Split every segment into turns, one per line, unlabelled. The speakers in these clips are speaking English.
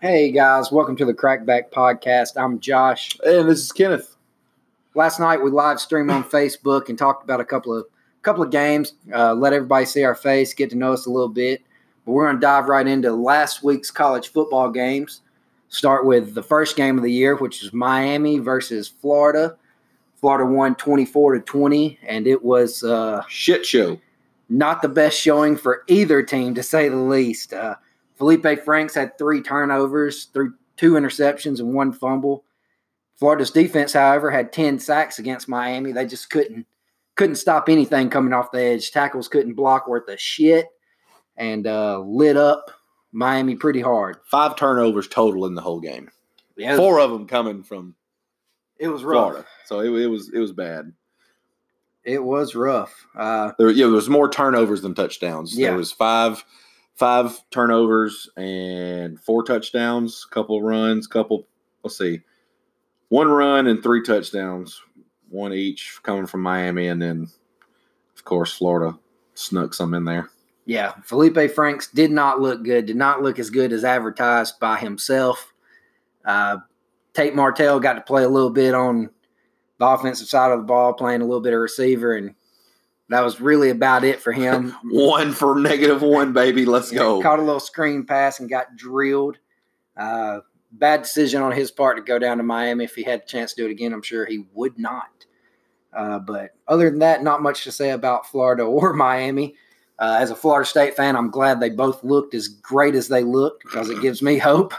Hey guys, welcome to the Crackback Podcast. I'm Josh.
And this is Kenneth.
Last night we live streamed on Facebook and talked about a couple of couple of games. Uh, let everybody see our face, get to know us a little bit. But we're going to dive right into last week's college football games. Start with the first game of the year, which is Miami versus Florida. Florida won 24 to 20, and it was uh,
Shit show.
not the best showing for either team, to say the least. Uh, Felipe Franks had three turnovers, three, two interceptions, and one fumble. Florida's defense, however, had ten sacks against Miami. They just couldn't couldn't stop anything coming off the edge. Tackles couldn't block worth a shit, and uh, lit up Miami pretty hard.
Five turnovers total in the whole game.
Yeah, it was,
Four of them coming from
it was rough.
Florida. So it, it was it was bad.
It was rough. Uh,
There, yeah, there was more turnovers than touchdowns.
Yeah.
There was five five turnovers and four touchdowns, couple runs, couple let's see. One run and three touchdowns, one each coming from Miami and then of course Florida snuck some in there.
Yeah, Felipe Franks did not look good, did not look as good as advertised by himself. Uh, Tate Martell got to play a little bit on the offensive side of the ball, playing a little bit of receiver, and that was really about it for him.
One for negative one, baby. Let's go.
Caught a little screen pass and got drilled. Uh, bad decision on his part to go down to Miami. If he had a chance to do it again, I'm sure he would not. Uh, but other than that, not much to say about Florida or Miami. Uh, as a Florida State fan, I'm glad they both looked as great as they looked because it gives me hope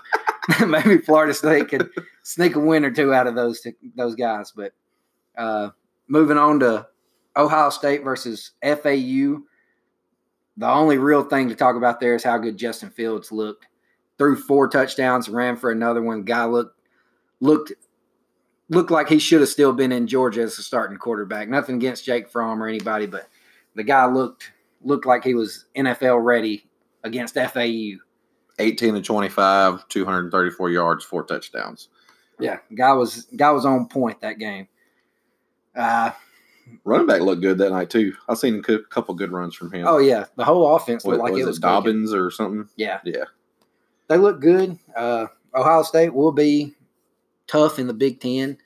that maybe Florida State could sneak a win or two out of those two, those guys. But uh, moving on to Ohio State versus FAU. The only real thing to talk about there is how good Justin Fields looked. Threw four touchdowns, ran for another one. Guy looked looked looked like he should have still been in Georgia as a starting quarterback. Nothing against Jake Fromm or anybody, but the guy looked looked like he was NFL ready against FAU.
18 to 25, 234 yards, four touchdowns.
Yeah, guy was guy was on point that game. Uh,
Running back looked good that night too. I seen a cou- couple good runs from him.
Oh yeah, the whole offense
What-
looked like
was
it was
it
clicking.
Dobbins or something?
Yeah.
Yeah.
They look good. Uh, Ohio State will be tough in the Big Ten.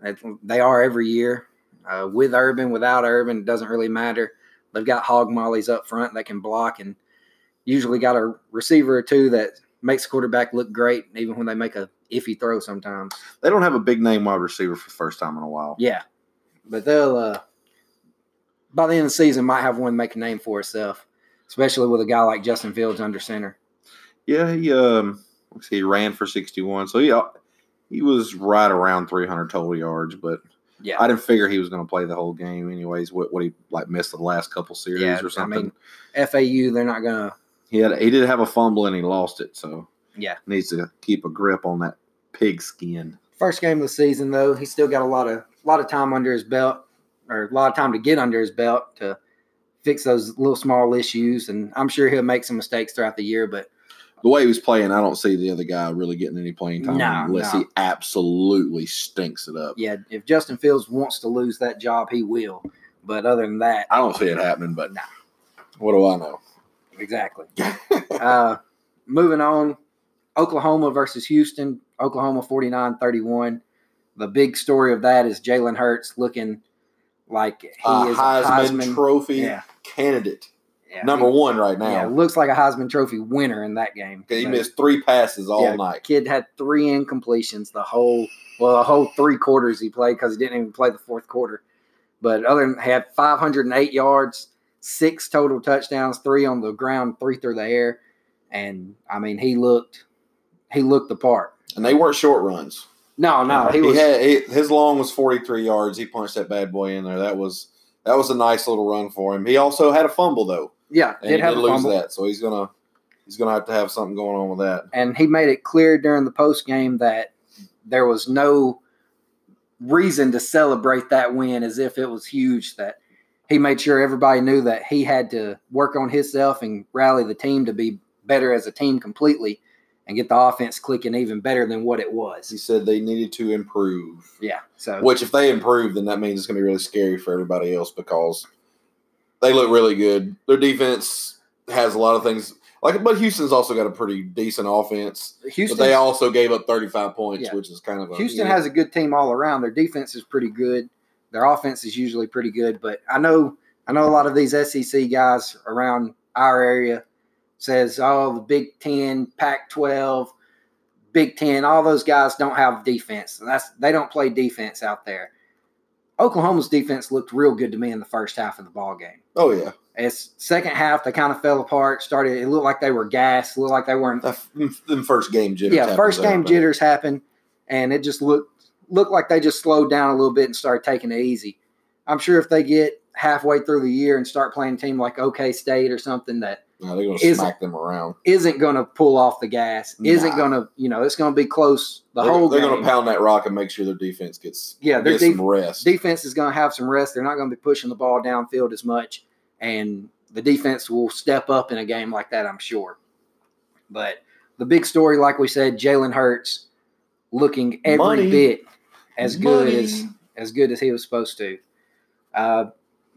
That- They are every year. Uh, with Urban, without Urban, it doesn't really matter. They've got hog mollies up front that can block and usually got a receiver or two that makes the quarterback look great, even when they make a iffy throw sometimes.
They don't have a big name wide receiver for the first time in a while.
Yeah. But they'll, uh, by the end of the season, might have one make a name for itself, especially with a guy like Justin Fields under center.
Yeah, he um let's see, he ran for 61. So yeah, he was right around 300 total yards, but
Yeah.
I didn't figure he was going to play the whole game anyways. What what he like missed the last couple series
Yeah, I
or something.
mean- FAU, they're not going to.
he had he did have a fumble and he lost it, so
Yeah.
needs to keep a grip on that pig skin.
First game of the season, though, he's still got a lot of lot of time under his belt, or a lot of time to get under his belt to fix those little small issues. And I'm sure he'll make some mistakes throughout the year, but
the way he was playing, I don't see the other guy really getting any playing time
No,
unless
no.
he absolutely stinks it up.
yeah, if Justin Fields wants to lose that job, he will. But other than that,
I don't see it happening, but
No.
what do I know?
Exactly. uh, moving on, Oklahoma versus Houston. Oklahoma 49 31. The big story of that is Jalen Hurts looking like he
Uh,
is
Heisman,
a Heisman
Trophy
Yeah,
candidate,
yeah.
number one right now.
Yeah, looks like a Heisman Trophy winner in that game.
he
But
missed three passes all
Yeah.
night.
Kid had three incompletions the whole, well, the whole three quarters he played because he didn't even play the fourth quarter. But other than had 508 yards, six total touchdowns, three on the ground, three through the air, and I mean he looked, he looked the part.
And they weren't short runs.
No, no, he
He,
was.
had he, his long was 43 yards. He punched that bad boy in there. That was that was a nice little run for him. He also had a fumble though.
yeah,
And
did
he
have
did
a
lose
fumble.
that. So he's gonna he's going to have to have something going on with that.
and he made it clear during the post game that there was no reason to celebrate that win as if it was huge that he made sure everybody knew that he had to work on himself and rally the team to be better as a team completely and get the offense clicking even better than what it
He
was
said they needed to improve,
yeah so
which if they improve, then that means it's going to be really scary for everybody else because they look really good. Their defense has a lot of things. Like, but Houston's also got a pretty decent offense.
houston
but they also gave up 35 points,
Yeah.
which is kind of a,
Houston has a good team all around. Their defense is pretty good. Their offense is usually pretty good, but I know I know a lot of these SEC guys around our area says, "Oh, the Big 10, Pac-12, Big 10, all those guys don't have defense." And that's they don't play defense out there. Oklahoma's defense looked real good to me in the first half of the ball game.
Oh yeah,
It's second half they kind of fell apart. Started it looked like they were gassed, looked like they were in
That f- them first game jitters.
yeah,
happens
first
to
game
everybody.
jitters happen, and it just looked looked like they just slowed down a little bit and started taking it easy. I'm sure if they get halfway through the year and start playing a team like OK State or something that
No, they're gonna
is-
smack them around.
isn't going to pull off the gas, isn't
Nah.
going to you know it's going to be close the
they're
whole
they're
game.
gonna pound that rock and make sure their defense gets
Yeah, their
gets
def-
some rest.
defense is going to have some rest. They're not going to be pushing the ball downfield as much, and the defense will step up in a game like that, I'm sure. But the big story, like we said, Jalen Hurts looking every
Money.
bit as good
Money.
as as good as he was supposed to. Uh,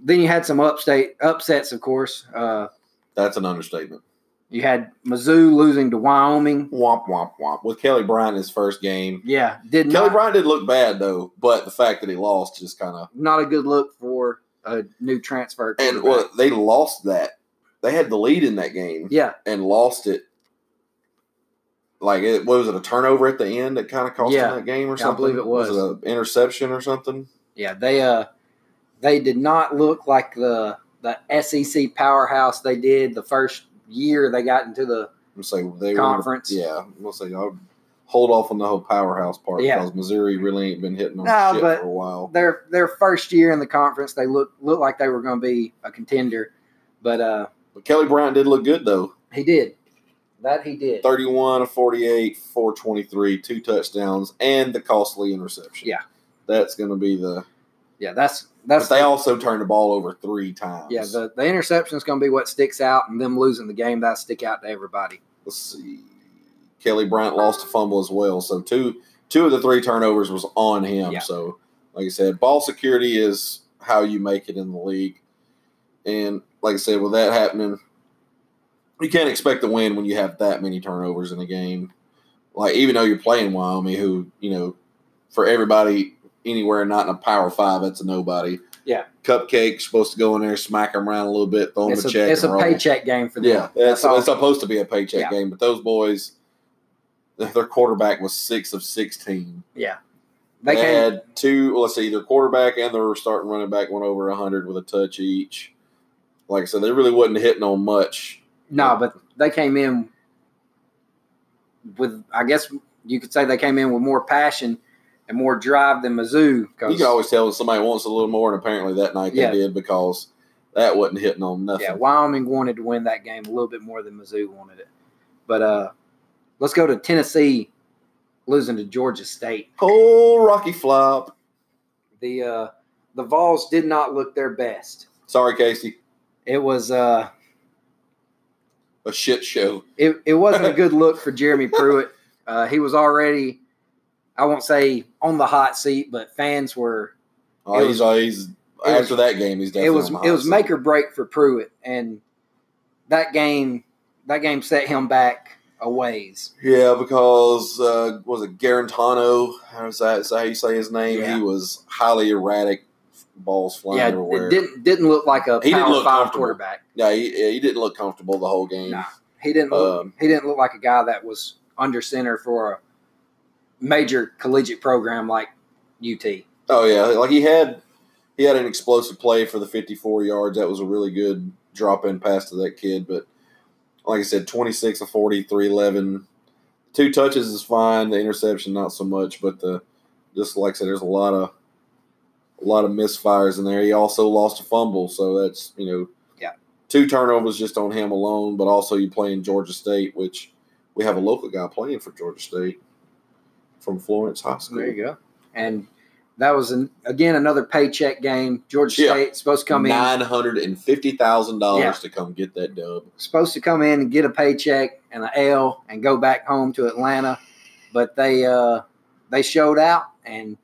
then you had some upstate upsets, of course. Uh,
That's an understatement.
you had Mizzou losing to Wyoming.
Womp womp womp. With Kelly Bryant in his first game,
Yeah, did
Kelly
not,
Bryant did look bad though, but the fact that he lost just kind of
not a good look for a new transfer.
and
quarterback.
well, they lost that. They had the lead in that game
yeah,
and lost it. Like it, what was it? A turnover at the end that kind of cost
Yeah.
them that game or
Yeah, I
something?
believe it was.
it an interception or something?
Yeah, they uh they did not look like the the SEC powerhouse they did the first year they got into the
I'm saying they were-
Conference.
yeah, we'll say I'll hold off on the whole powerhouse part
Yeah.
because Missouri really ain't been hitting on
No,
shit
but-
for a while.
their their first year in the conference they looked looked like they were going to be a contender, but uh
But Kelly Bryant did look good though.
he did. That he did.
31 of 48, 423, two touchdowns, and the costly interception.
Yeah.
That's going to be the.
Yeah, that's
But
that's
they also turned the ball over three times.
yeah, the, the interception is going to be what sticks out, and them losing the game that stick out to everybody.
Let's see. Kelly Bryant lost a fumble as well. So two two of the three turnovers was on him.
Yeah.
So like I said, ball security is how you make it in the league. And like I said, with that happening, you can't expect to win when you have that many turnovers in a game. Like even though you're playing Wyoming, who you know, for everybody anywhere not in a Power Five, that's a nobody.
Yeah.
Cupcake supposed to go in there, smack them around a little bit, throw them
It's
a check.
a, it's
and
a
roll.
paycheck game for them.
Yeah, it's,
all.
it's supposed to be a paycheck
Yeah.
game, but those boys, their quarterback was six of sixteen.
yeah.
They,
They came,
had two. Let's see, their quarterback and their starting running back went over hundred with a touch each. Like I said, they really wasn't hitting on much.
No, but they came in with, I guess you could say they came in with more passion and more drive than Mizzou.
You can always tell when somebody wants a little more, and apparently that night
Yeah.
they did because that wasn't hitting on nothing.
yeah, Wyoming wanted to win that game a little bit more than Mizzou wanted it. But uh, let's go to Tennessee losing to Georgia State.
Oh, Rocky Flop.
The uh, the Vols did not look their best.
Sorry, Casey.
It was uh,
A shit show.
it, it wasn't a good look for Jeremy Pruitt. Uh, he was already, I won't say on the hot seat, but fans were
Oh,
It
he's, oh, he's
was-
after that game. He's
it
definitely
was
on the hot
it was
seat.
make or break for Pruitt, and that game that game set him back a ways.
Yeah, because uh, was it Garantano? How's that? Is that how you say his name?
Yeah.
He was highly erratic, balls flying
yeah,
everywhere.
it didn't didn't look like a
He didn't
power
look
five
comfortable.
quarterback.
yeah, he, yeah, he didn't look comfortable the whole game.
Nah, he didn't look,
Um,
he didn't look like a guy that was under center for a major collegiate program like UT.
Oh yeah, like he had he had an explosive play for the 54 yards. That was a really good drop in pass to that kid. But like I said, 26 of 40, 311. Two touches is fine. The interception not so much, but the just like I said, there's a lot of a lot of misfires in there. He also lost a fumble, so that's you know
Yeah.
two turnovers just on him alone, but also you playing Georgia State, which we have a local guy playing for Georgia State from Florence High School.
There you go. And that was an, again another paycheck game. Georgia
Yeah.
State supposed to come in
Nine hundred and fifty thousand
Yeah.
dollars to come get that dub.
supposed to come in and get a paycheck and a L and go back home to Atlanta, but they uh, they showed out and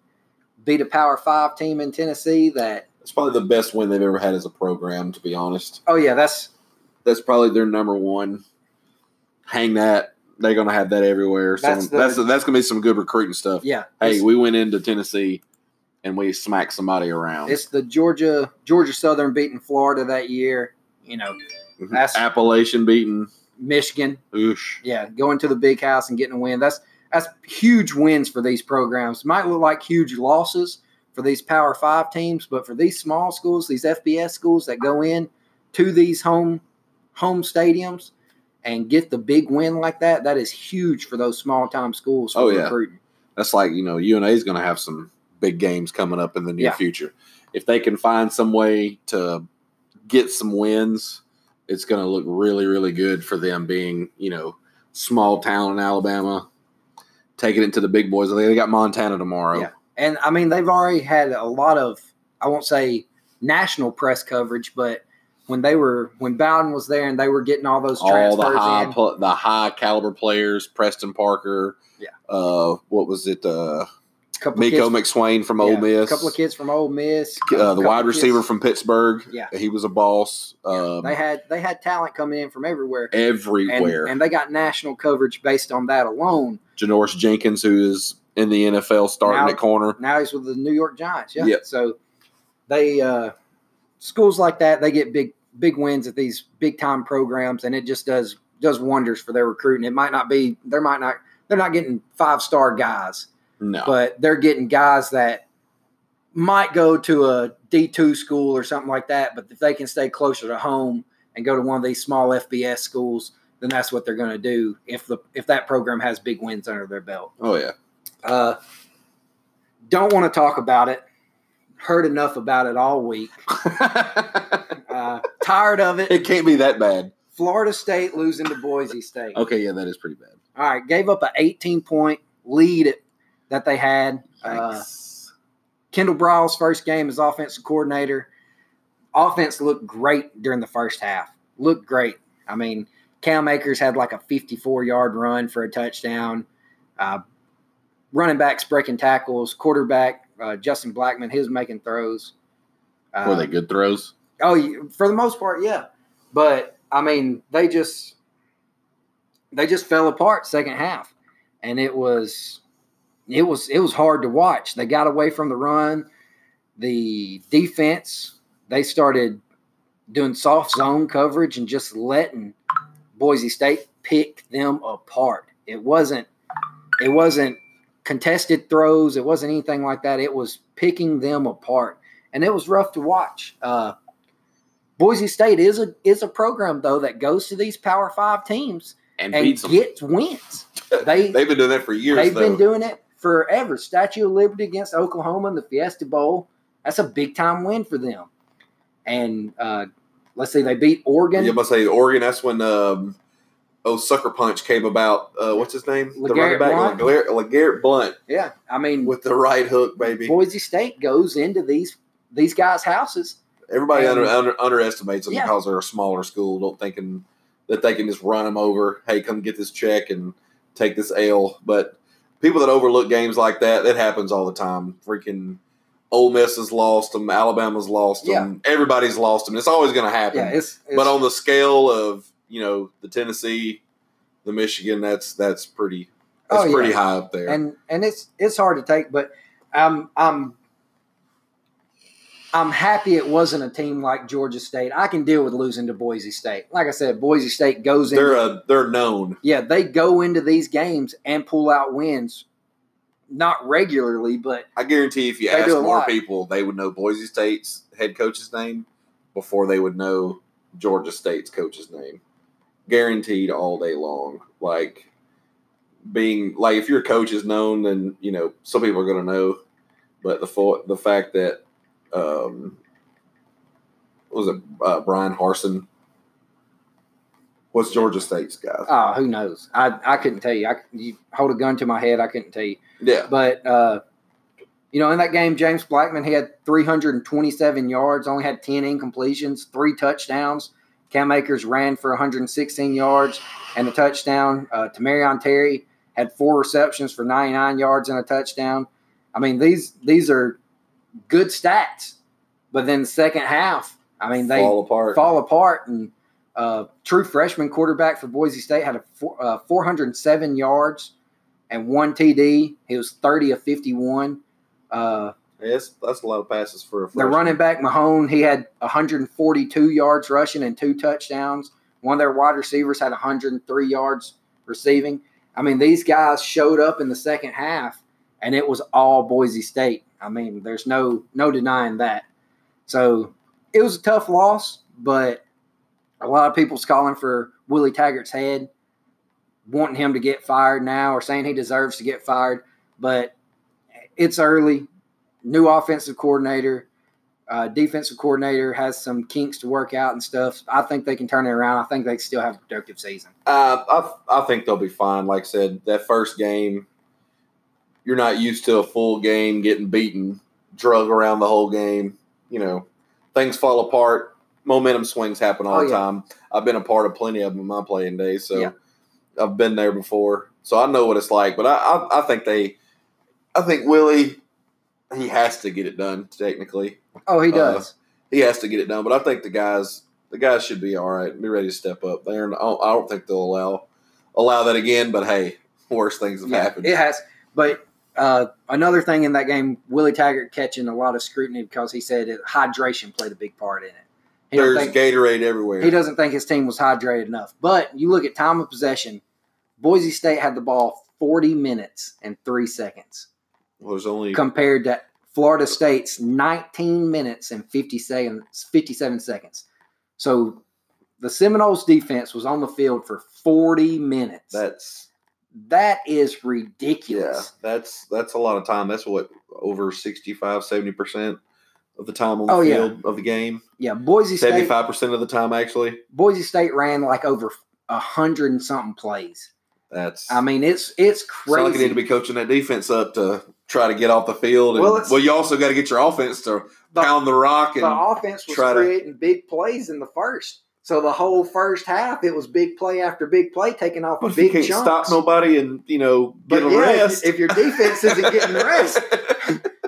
beat a Power Five team in Tennessee. That
It's probably the best win they've ever had as a program, to be honest.
oh yeah, that's
That's probably their number one. Hang that. They're gonna have that everywhere. So
That's
that's
the-
that's, gonna be some good recruiting stuff.
yeah.
Hey,
it's,
we went into Tennessee and we smacked somebody around.
it's the Georgia Georgia Southern beating Florida that year. You know,
Mhm.
that's-
Appalachian beaten.
Michigan,
Oosh.
yeah, going to the big house and getting a win. That's that's huge wins for these programs. Might look like huge losses for these Power Five teams, but for these small schools, these FBS schools that go in to these home home stadiums and get the big win like that, that is huge for those small time schools. For
Oh, yeah.
recruiting.
That's like you know UNA is gonna have some big games coming up in the near
Yeah.
future. If they can find some way to get some wins, it's gonna look really really good for them. Being you know small town in Alabama, taking it to the big boys. They got Montana tomorrow.
Yeah. And I mean, they've already had a lot of I won't say national press coverage, but when they were when Bowden was there and they were getting all those
all
transfers
the high
in,
pl- the high caliber players, Preston Parker.
Yeah.
Uh, what was it? Uh,
couple of kids
Miko McSwain from Ole
Yeah,
Miss.
A couple of kids from Ole Miss.
Uh, the
couple
wide
of kids-
receiver from Pittsburgh.
Yeah.
He was a boss. Um,
They had they had talent coming in from everywhere, and,
everywhere.
and they got national coverage based on that alone.
Janoris Jenkins, who is in the NFL starting
Now-
at corner.
Now he's with the New York Giants. Yeah,
Yeah.
so they uh, schools like that they get big big wins at these big time programs, and it just does does wonders for their recruiting. It might not be there might not they're not getting five star guys,
No.
but they're getting guys that might go to a D2 school or something like that. But if they can stay closer to home and go to one of these small FBS schools, then that's what they're going to do if the if that program has big wins under their belt.
oh, yeah.
Uh, don't want to talk about it. Heard enough about it all week. Uh, tired of it.
it can't be that bad.
Florida State losing to Boise State.
Okay, yeah, that is pretty bad.
All right, gave up a 18 point lead that they had. Uh,
Yikes.
Kendall Brawl's first game as offensive coordinator. Offense looked great during the first half. Looked great. I mean, Cam Akers had like a 54 yard run for a touchdown. Uh, running backs breaking tackles. Quarterback uh, Justin Blackman, his making throws.
Were
Uh,
they good throws?
Oh, you- for the most part, yeah. But I mean, they just they just fell apart second half, and it was it was it was hard to watch. They got away from the run. The defense they started doing soft zone coverage and just letting Boise State pick them apart. It wasn't it wasn't contested throws. It wasn't anything like that. It was picking them apart, and it was rough to watch. Uh, Boise State is a is a program though that goes to these Power Five teams
And,
and
beats them.
gets wins. They
They've been doing that for years,
they've
though.
been doing it forever. Statue of Liberty against Oklahoma in the Fiesta Bowl. That's a big time win for them. And uh, let's see, they beat Oregon.
you must say Oregon. That's when um, oh sucker punch came about. Uh, what's his name? the
LeGarrette
running back,
Blount?
LeGarrette, LeGarrette Blunt,
yeah, I mean,
with the right hook, baby.
Boise State goes into these these guys' houses.
Everybody
And-
under, under, underestimates them
Um, Yeah.
because they're a smaller school. Don't thinking that they can just run them over. Hey, come get this check and take this L. But people that overlook games like that, that happens all the time. Freaking Ole Miss has lost them. Alabama's lost them. Everybody's lost them. It's always going to happen.
Yeah, it's, it's
but on the scale of you know the Tennessee, the Michigan, that's that's pretty that's
Oh, yeah.
pretty high up there.
and and it's it's hard to take, but I'm I'm I'm happy it wasn't a team like Georgia State. I can deal with losing to Boise State. Like I said, Boise State goes in.
they're a, they're known.
yeah, they go into these games and pull out wins, not regularly, but
I guarantee if you
They
ask
do a
more
lot.
people, they would know Boise State's head coach's name before they would know Georgia State's coach's name. Guaranteed all day long. Like being like if your coach is known, then you know some people are going to know. But the fo- the fact that um, what was it uh, Brian Harson What's Georgia State's guys?
Oh, who knows? I, I couldn't tell you. I you hold a gun to my head. I couldn't tell you.
yeah.
But uh, you know, in that game, James Blackman he had 327 yards, only had 10 incompletions, three touchdowns. Cam Akers ran for 116 yards and a touchdown. Uh, Tamarion Terry had four receptions for 99 yards and a touchdown. I mean, these these are good stats. But then second half, I mean, they
fall apart.
fall apart. And uh, true freshman quarterback for Boise State had a four, uh, 407 yards and one TD. He was 30 of 51. Uh,
Yeah, that's, that's a lot of passes for a
the
freshman.
running back Mahone, he had 142 yards rushing and two touchdowns. One of their wide receivers had 103 yards receiving. I mean, these guys showed up in the second half, and it was all Boise State. I mean, there's no no denying that. So it was a tough loss, but a lot of people's calling for Willie Taggart's head, wanting him to get fired now, or saying he deserves to get fired. But it's early. New offensive coordinator uh, defensive coordinator has some kinks to work out and stuff. I think they can turn it around. I think they still have a productive season.
Uh, I I think they'll be fine. Like I said, that first game, you're not used to a full game getting beaten, drug around the whole game. You know, things fall apart. Momentum swings happen all
Oh,
the
yeah.
time. I've been a part of plenty of them in my playing days, so
Yeah.
I've been there before, so I know what it's like. But I, I, I think they, I think Willie, he has to get it done. Technically,
Oh, he
Uh,
does.
he has to get it done. But I think the guys, the guys should be all right. Be ready to step up. They're. I don't, I don't think they'll allow allow that again. But hey, worse things have
Yeah,
happened.
It has. But uh, another thing in that game, Willie Taggart catching a lot of scrutiny because he said it, hydration played a big part in it. He, don't
There's
think,
Gatorade everywhere.
he doesn't think his team was hydrated enough. But you look at time of possession, Boise State had the ball 40 minutes and three seconds
well, there's only
compared to Florida State's 19 minutes and 50 seconds, 57 seconds. So the Seminoles defense was on the field for 40 minutes.
that's
that is
yeah.
ridiculous.
That's that's a lot of time. That's what over 65, 70 percent of the time on the
Oh, yeah.
field of the game.
Yeah, Boise
Seventy
State
five percent of the time actually.
Boise State ran like over a hundred and something plays.
That's
I mean, it's it's
Sound like you
crazy.
need to be coaching that defense up to try to get off the field. And,
Well,
well,
it's-
you also got to get your offense to
The-
pound the rock and
the offense was
try to-
creating big plays in the first. So the whole first half, it was big play after big play, taking off
But
a
if you
big
can't
chunk.
stop nobody and you know get
But
a
yeah, if-
rest,
If, your defense isn't getting rest,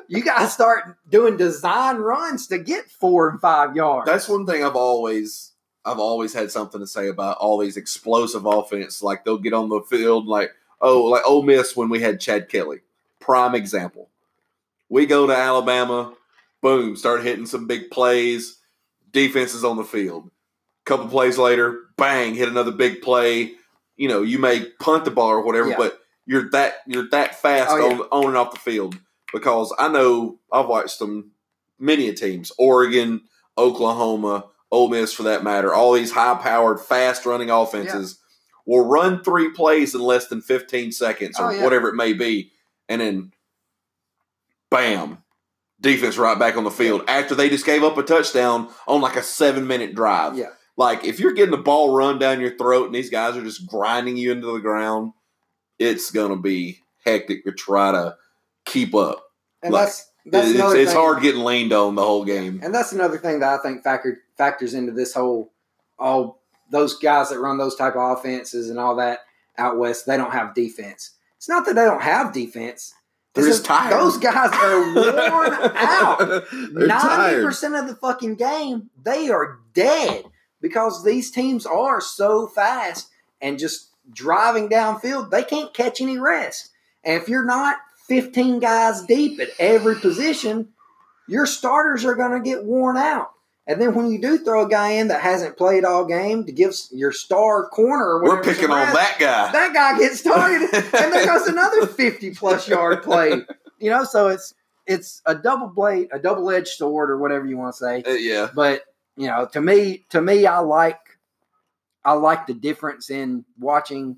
you got to start doing design runs to get four and five yards.
that's one thing I've always I've always had something to say about all these explosive offense. Like they'll get on the field like oh like Ole Miss when we had Chad Kelly, prime example. We go to Alabama, boom, start hitting some big plays. Defense is on the field. Couple plays later, bang, hit another big play. You know, you may punt the ball or whatever,
Yeah.
but you're that you're that fast
Oh, yeah.
on on and off the field because I know I've watched them many a teams, Oregon, Oklahoma, Ole Miss for that matter. All these high powered, fast running offenses will run three plays in less than 15 seconds
Oh,
or
yeah.
whatever it may be. And then bam, defense right back on the field after they just gave up a touchdown on like a seven minute drive.
yeah,
Like if you're getting the ball run down your throat and these guys are just grinding you into the ground, it's gonna be hectic to try to keep up.
and
Like,
that's that's
It- it's,
another
it's
thing.
hard getting leaned on the whole game.
And that's another thing that I think factor, factors into this whole all those guys that run those type of offenses and all that out west. They don't have defense. It's not that they don't have defense.
They're
It's
just tired.
Those guys are worn out.
They're
Ninety
tired.
percent of the fucking game, they are dead because these teams are so fast and just driving downfield, they can't catch any rest. And if you're not 15 guys deep at every position, your starters are going to get worn out. And then when you do throw a guy in that hasn't played all game to give s- your star corner, or
We're
whatever some
picking on
rest,
that guy.
That guy gets targeted and there goes another 50 plus yard play you know so it's it's a double blade a double edged sword or whatever you want to say
Uh, yeah.
but you know to me to me i like i like the difference in watching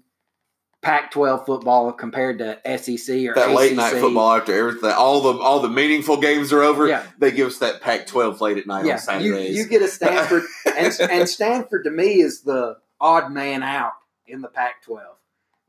pac 12 football compared to sec or
That late night
ACC.
football after everything, all the all the meaningful games are over.
yeah
They give us that Pac-12 late at night on
yeah you,
Saturdays.
you get a stanford and, and stanford to me is the odd man out in the Pac-12.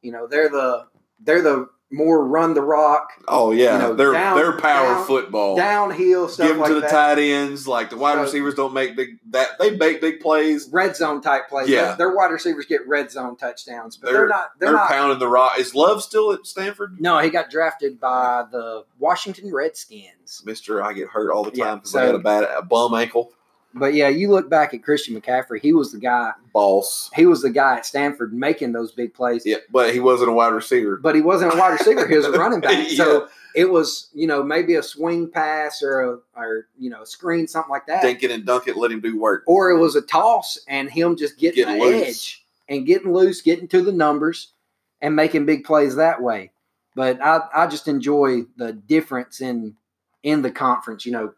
You know, they're the they're the more run the rock
Oh yeah,
You know,
they're
down-
they're power
down-
football.
downhill stuff
Oh. Give them
like
to the
that.
tight ends. Like the wide
So-
receivers don't make big that they make big plays.
Red zone type plays.
Yeah.
Their- their wide receivers get red zone touchdowns, but they're,
They're-
not. They're,
They're,
not.
pounding the rock. Is Love still at Stanford?
no, he got drafted by the Washington Redskins.
Mister, I get hurt all the
Yeah,
time because I
so-
got a bad a bum ankle.
But yeah, you look back at Christian McCaffrey. He was the guy.
Boss.
He was the guy at Stanford making those big plays.
Yeah, but he wasn't a wide receiver.
But he wasn't a wide receiver. He was a running back.
Yeah.
So it was, you know, maybe a swing pass or a, or you know, a screen, something like that.
Dinkin and Duncan let him do work.
or it was a toss and him just getting
Getting
the
loose.
edge and getting loose, getting to the numbers and making big plays that way. But I, I just enjoy the difference in in the conference. You know,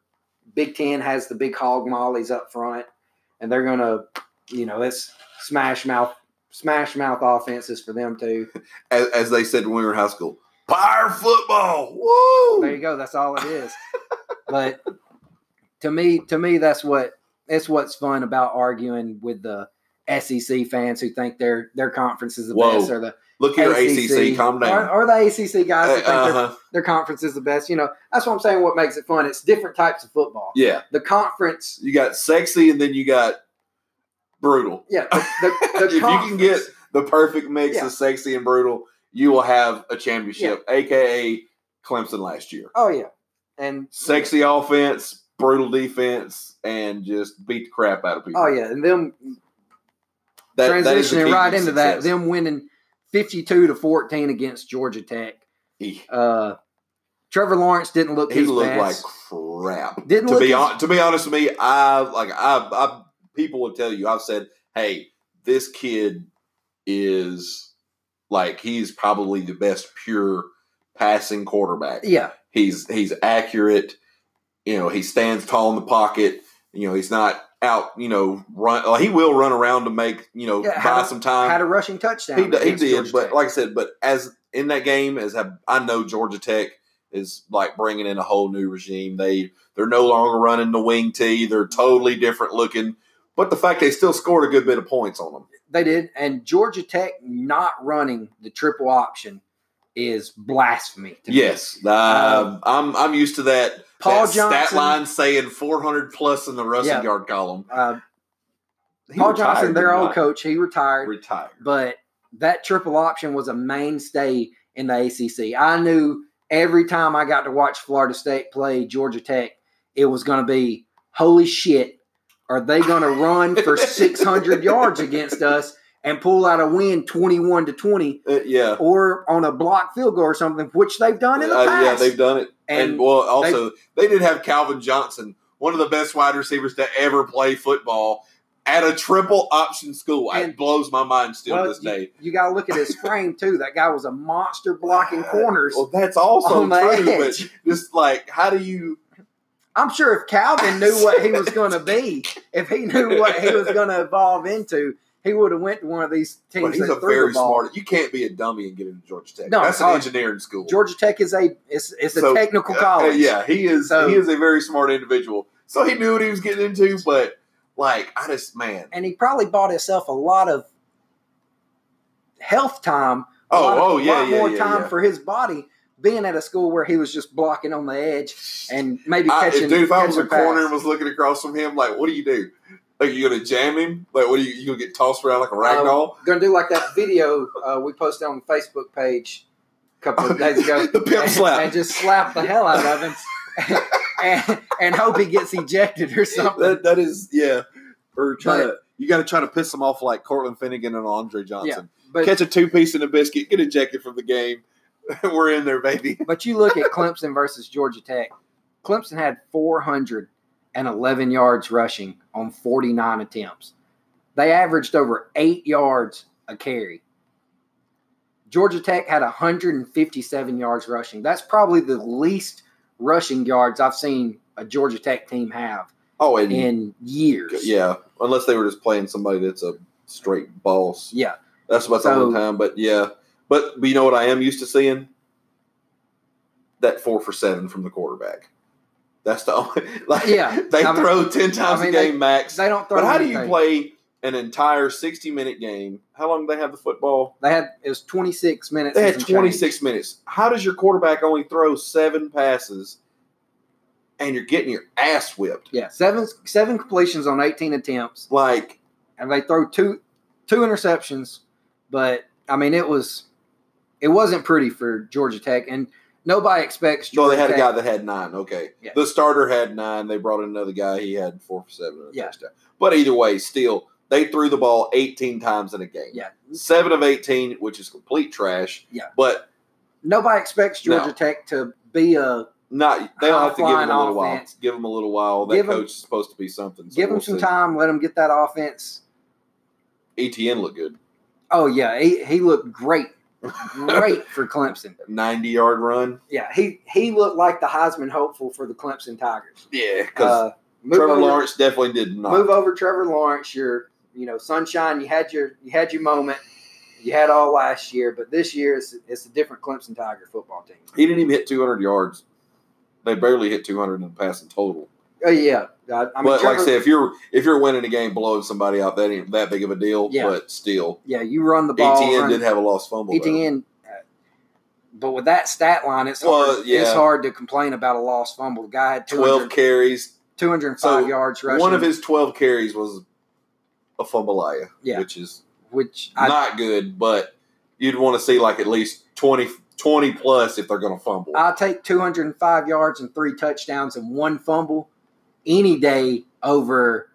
Big Ten has the big hog mollies up front, and they're gonna, you know, it's smash mouth smash mouth offenses for them too.
as, as they said when we were in high school. Fire football. Woo!
There you go. That's all it is. but to me, to me, that's what that's what's fun about arguing with the SEC fans who think their their conference is the
Whoa.
best, or the
Look here, ACC, calm down.
or, or the ACC guys that think their,
Uh-huh.
their conference is the best. You know, that's what I'm saying. What makes it fun? It's different types of football.
Yeah,
The conference,
you got sexy, and then you got brutal.
yeah, the, the, the
if you can
conference-
get the perfect mix
Yeah.
of sexy and brutal, you will have a championship, aka Clemson last year.
oh yeah, and
Sexy offense, brutal defense, and just beat the crap out of people.
Oh yeah, and them
That- that is the key
transitioning
to
right into that,
success.
them winning fifty-two to fourteen against Georgia Tech.
he,
Uh, Trevor Lawrence didn't look
he
his
looked
best.
like crap.
Didn't
to
look
be
his-
hon- to be honest with me, I like I, I people would tell you I've said, hey, this kid is like he's probably the best pure passing quarterback.
yeah,
He's he's accurate. You know, he stands tall in the pocket. You know, he's not out. You know, run. Like, he will run around to make you know
Yeah,
buy
had a-
some time.
had a rushing touchdown.
Um, He, d- he
against
did,
Georgia
but
Tech.
like I said, but as in that game, as I, I know, Georgia Tech is like bringing in a whole new regime. They they're no longer running the wing tee. They're totally different looking. But the fact they still scored a good bit of points on them.
they did, and Georgia Tech not running the triple option is blasphemy. To me.
Yes, uh, I'm I'm used to that.
Um, Paul
that stat
Johnson.
line saying 400 plus in the rushing
Yeah.
yard column.
uh,
He
Paul
retired,
Johnson, their
did
old
not
coach, he retired,
retired.
but that triple option was a mainstay in the ACC. I knew every time I got to watch Florida State play Georgia Tech, it was going to be holy shit. Are they going to run for 600 yards against us and pull out a win 21 to 20
Uh, yeah,
or on a block field goal or something, which they've done in the
Uh,
past?
yeah, they've done it. And,
and
well, also they, did have Calvin Johnson, one of the best wide receivers to ever play football, at a triple option school.
And-
it blows my mind still to
well,
this day.
you got to look at his frame too. That guy was a monster blocking corners.
Well, that's also
on the
true,
edge.
but just like how do you?
I'm sure if Calvin knew what he was going to be, if he knew what he was going to evolve into, he would have went to one of these teams
But he's
that
a
threw
very
the ball.
smart. You can't be a dummy and get into Georgia Tech.
No,
that's an
college-
engineering school.
Georgia Tech is a it's, it's a
So,
technical
Uh,
college.
yeah, he is.
So-
he is a very smart individual. So he knew what he was getting into, but like I just man.
and he probably bought himself a lot of health time. a
Oh,
lot of-
oh
a
yeah,
lot
yeah,
more
yeah,
time
yeah.
for his body being at a school where he was just blocking on the edge and maybe
I,
catching.
dude, if I was a
catching
corner and
pass.
was looking across from him, like, what do you do? Like, you gonna jam him? Like, what are you, you gonna get tossed around like a rag
Um,
doll?
gonna do like that video uh, we posted on the Facebook page a couple of days ago.
the pimp
and,
slap.
and just slap the hell out of him and, and hope he gets ejected or something.
That, that is, yeah. Or try
But-
to, you got to try to piss him off like Cortland Finnegan and Andre Johnson.
But
Catch a two piece in a biscuit, get ejected from the game. We're in there, baby.
but you look at Clemson versus Georgia Tech. Clemson had 411 yards rushing on 49 attempts. They averaged over 8 yards a carry. Georgia Tech had 157 yards rushing. That's probably the least rushing yards I've seen a Georgia Tech team have
Oh, and
in years.
yeah, unless they were just playing somebody that's a straight boss.
Yeah.
That's about the
So-
only time. But yeah, but, but you know what I am used to seeing? That four for seven from the quarterback. That's the only like
Yeah.
they
I mean-
throw ten times
I mean,
a game max.
They don't throw
But how do you
anything.
play an entire 60 minute game. How long did they have the football?
They had it was 26 minutes.
They
and
had
some change.
26 minutes. How does your quarterback only throw seven passes and you're getting your ass whipped?
Yeah, seven seven completions on 18 attempts,
Like,
and they throw two two interceptions. But I mean, it was it wasn't pretty for Georgia Tech, and nobody expects.
no,
Georgia
they had a
Tech-
guy that had nine. Okay.
Yeah.
The starter had nine. They brought in another guy. He had four for seven. and a
Yeah.
touchdown. But either way, still, they threw the ball 18 times in a game.
Yeah.
Seven of 18, which is complete trash.
Yeah.
But
Nobody expects Georgia
No.
Tech to be a
not, they'll have to give
High-flying
him a little
offense.
while. Give him a little while. That
Give him-
coach is supposed to be something. So
give them
we'll
some
see. E
time, let them get that offense.
ETN looked good.
Oh yeah, he, he looked great, great for Clemson.
90 yard run.
Yeah, he he looked like the Heisman hopeful for the Clemson Tigers.
Yeah,
Uh,
because
move
Trevor
over-
Lawrence definitely did not.
move over Trevor Lawrence. Your you know sunshine. You had your you had your moment. You had all last year, but this year it's it's a different Clemson Tiger football team.
He didn't even hit 200 yards. They barely hit 200 in passing total.
Oh yeah, I, I mean,
but like I
Trevor-
said, if you're if you're winning a game, blowing somebody out, that ain't that big of a deal.
Yeah.
But still,
yeah, you run the ball.
ETN
run-
did have a lost fumble. though.
ETN. uh, But with that stat line, it's
Well,
hard,
yeah.
it's hard to complain about a lost fumble. The guy had
12
200,
carries.
205
So,
yards rushing,
One of his 12 carries was a fumble,
Yeah.
which is
which I,
not good. But you'd want to see like at least 20, 20 plus if they're going to fumble.
I'll take 205 yards and three touchdowns and one fumble any day over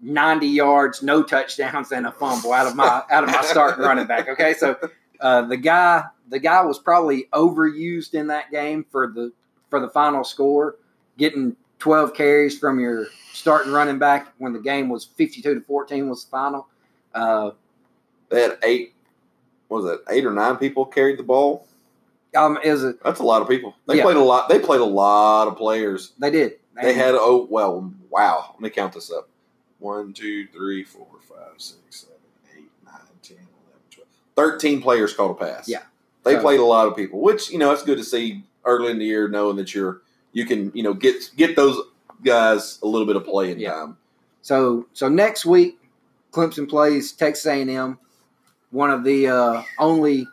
90 yards, no touchdowns, and a fumble out of my out of my starting running back. Okay, so uh, the guy the guy was probably overused in that game for the for the final score, getting 12 carries from your starting running back when the game was 52 to 14 was the final. Uh,
they had eight. What was that? Eight or nine people carried the ball.
um, is it?
That's a lot of people. They
Yeah.
played a lot. They played a lot of players.
They did.
They had oh well wow. Let me count this up. One, two, three, four, five, six, seven, eight, nine, ten, eleven, twelve. Thirteen players caught a pass.
Yeah.
They
So-
played a lot of people, which, you know, it's good to see early in the year knowing that you're you can, you know, get get those guys a little bit of playing
Yeah.
time.
So so next week, Clemson plays Texas A&M. One of the uh, only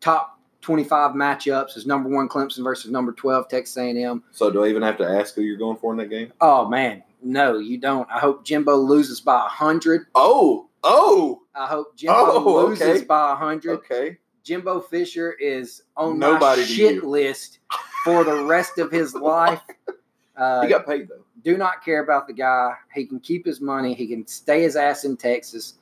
top twenty-five matchups is number one Clemson versus number twelve Texas A&M.
So do I even have to ask who you're going for in that game?
Oh man, no, you don't. I hope Jimbo loses by hundred.
Oh, oh,
I hope Jimbo
Oh,
loses
okay.
by hundred.
okay.
Jimbo Fisher is on
Nobody
my
to
shit
you.
list for the rest of his life. Uh,
He got paid though.
do not care about the guy. He can keep his money. He can stay his ass in Texas.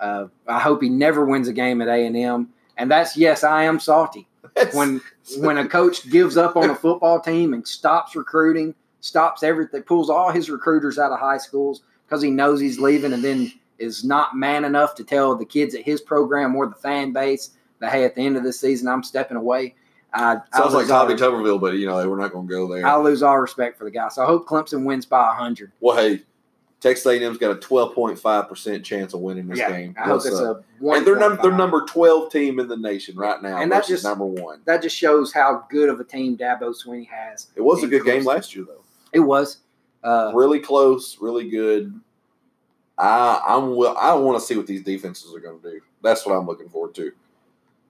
Uh, I hope he never wins a game at A and M. And that's yes, I am salty when when a coach gives up on a football team and stops recruiting, stops everything, pulls all his recruiters out of high schools because he knows he's leaving, and then is not man enough to tell the kids at his program or the fan base that hey, at the end of this season, I'm stepping away. I, I
Sounds like
lose all-
Tommy Tuberville, but you know, we're not going to go there.
I lose all respect for the guy. So I hope Clemson wins by hundred.
well, hey, Texas A&M's got a 12.5% chance of winning this game.
I hope
What's
it's
up?
a one.
and they're
point
number they're
five.
number 12 team in the nation right now
And
and
that
that's just
just-
number 1.
That just shows how good of a team Dabo Sweeney has.
It was a good game
Inclusive.
last year though.
It was. Uh,
Really close, really good. I I'm will I want to see what these defenses are going to do. That's what I'm looking forward to.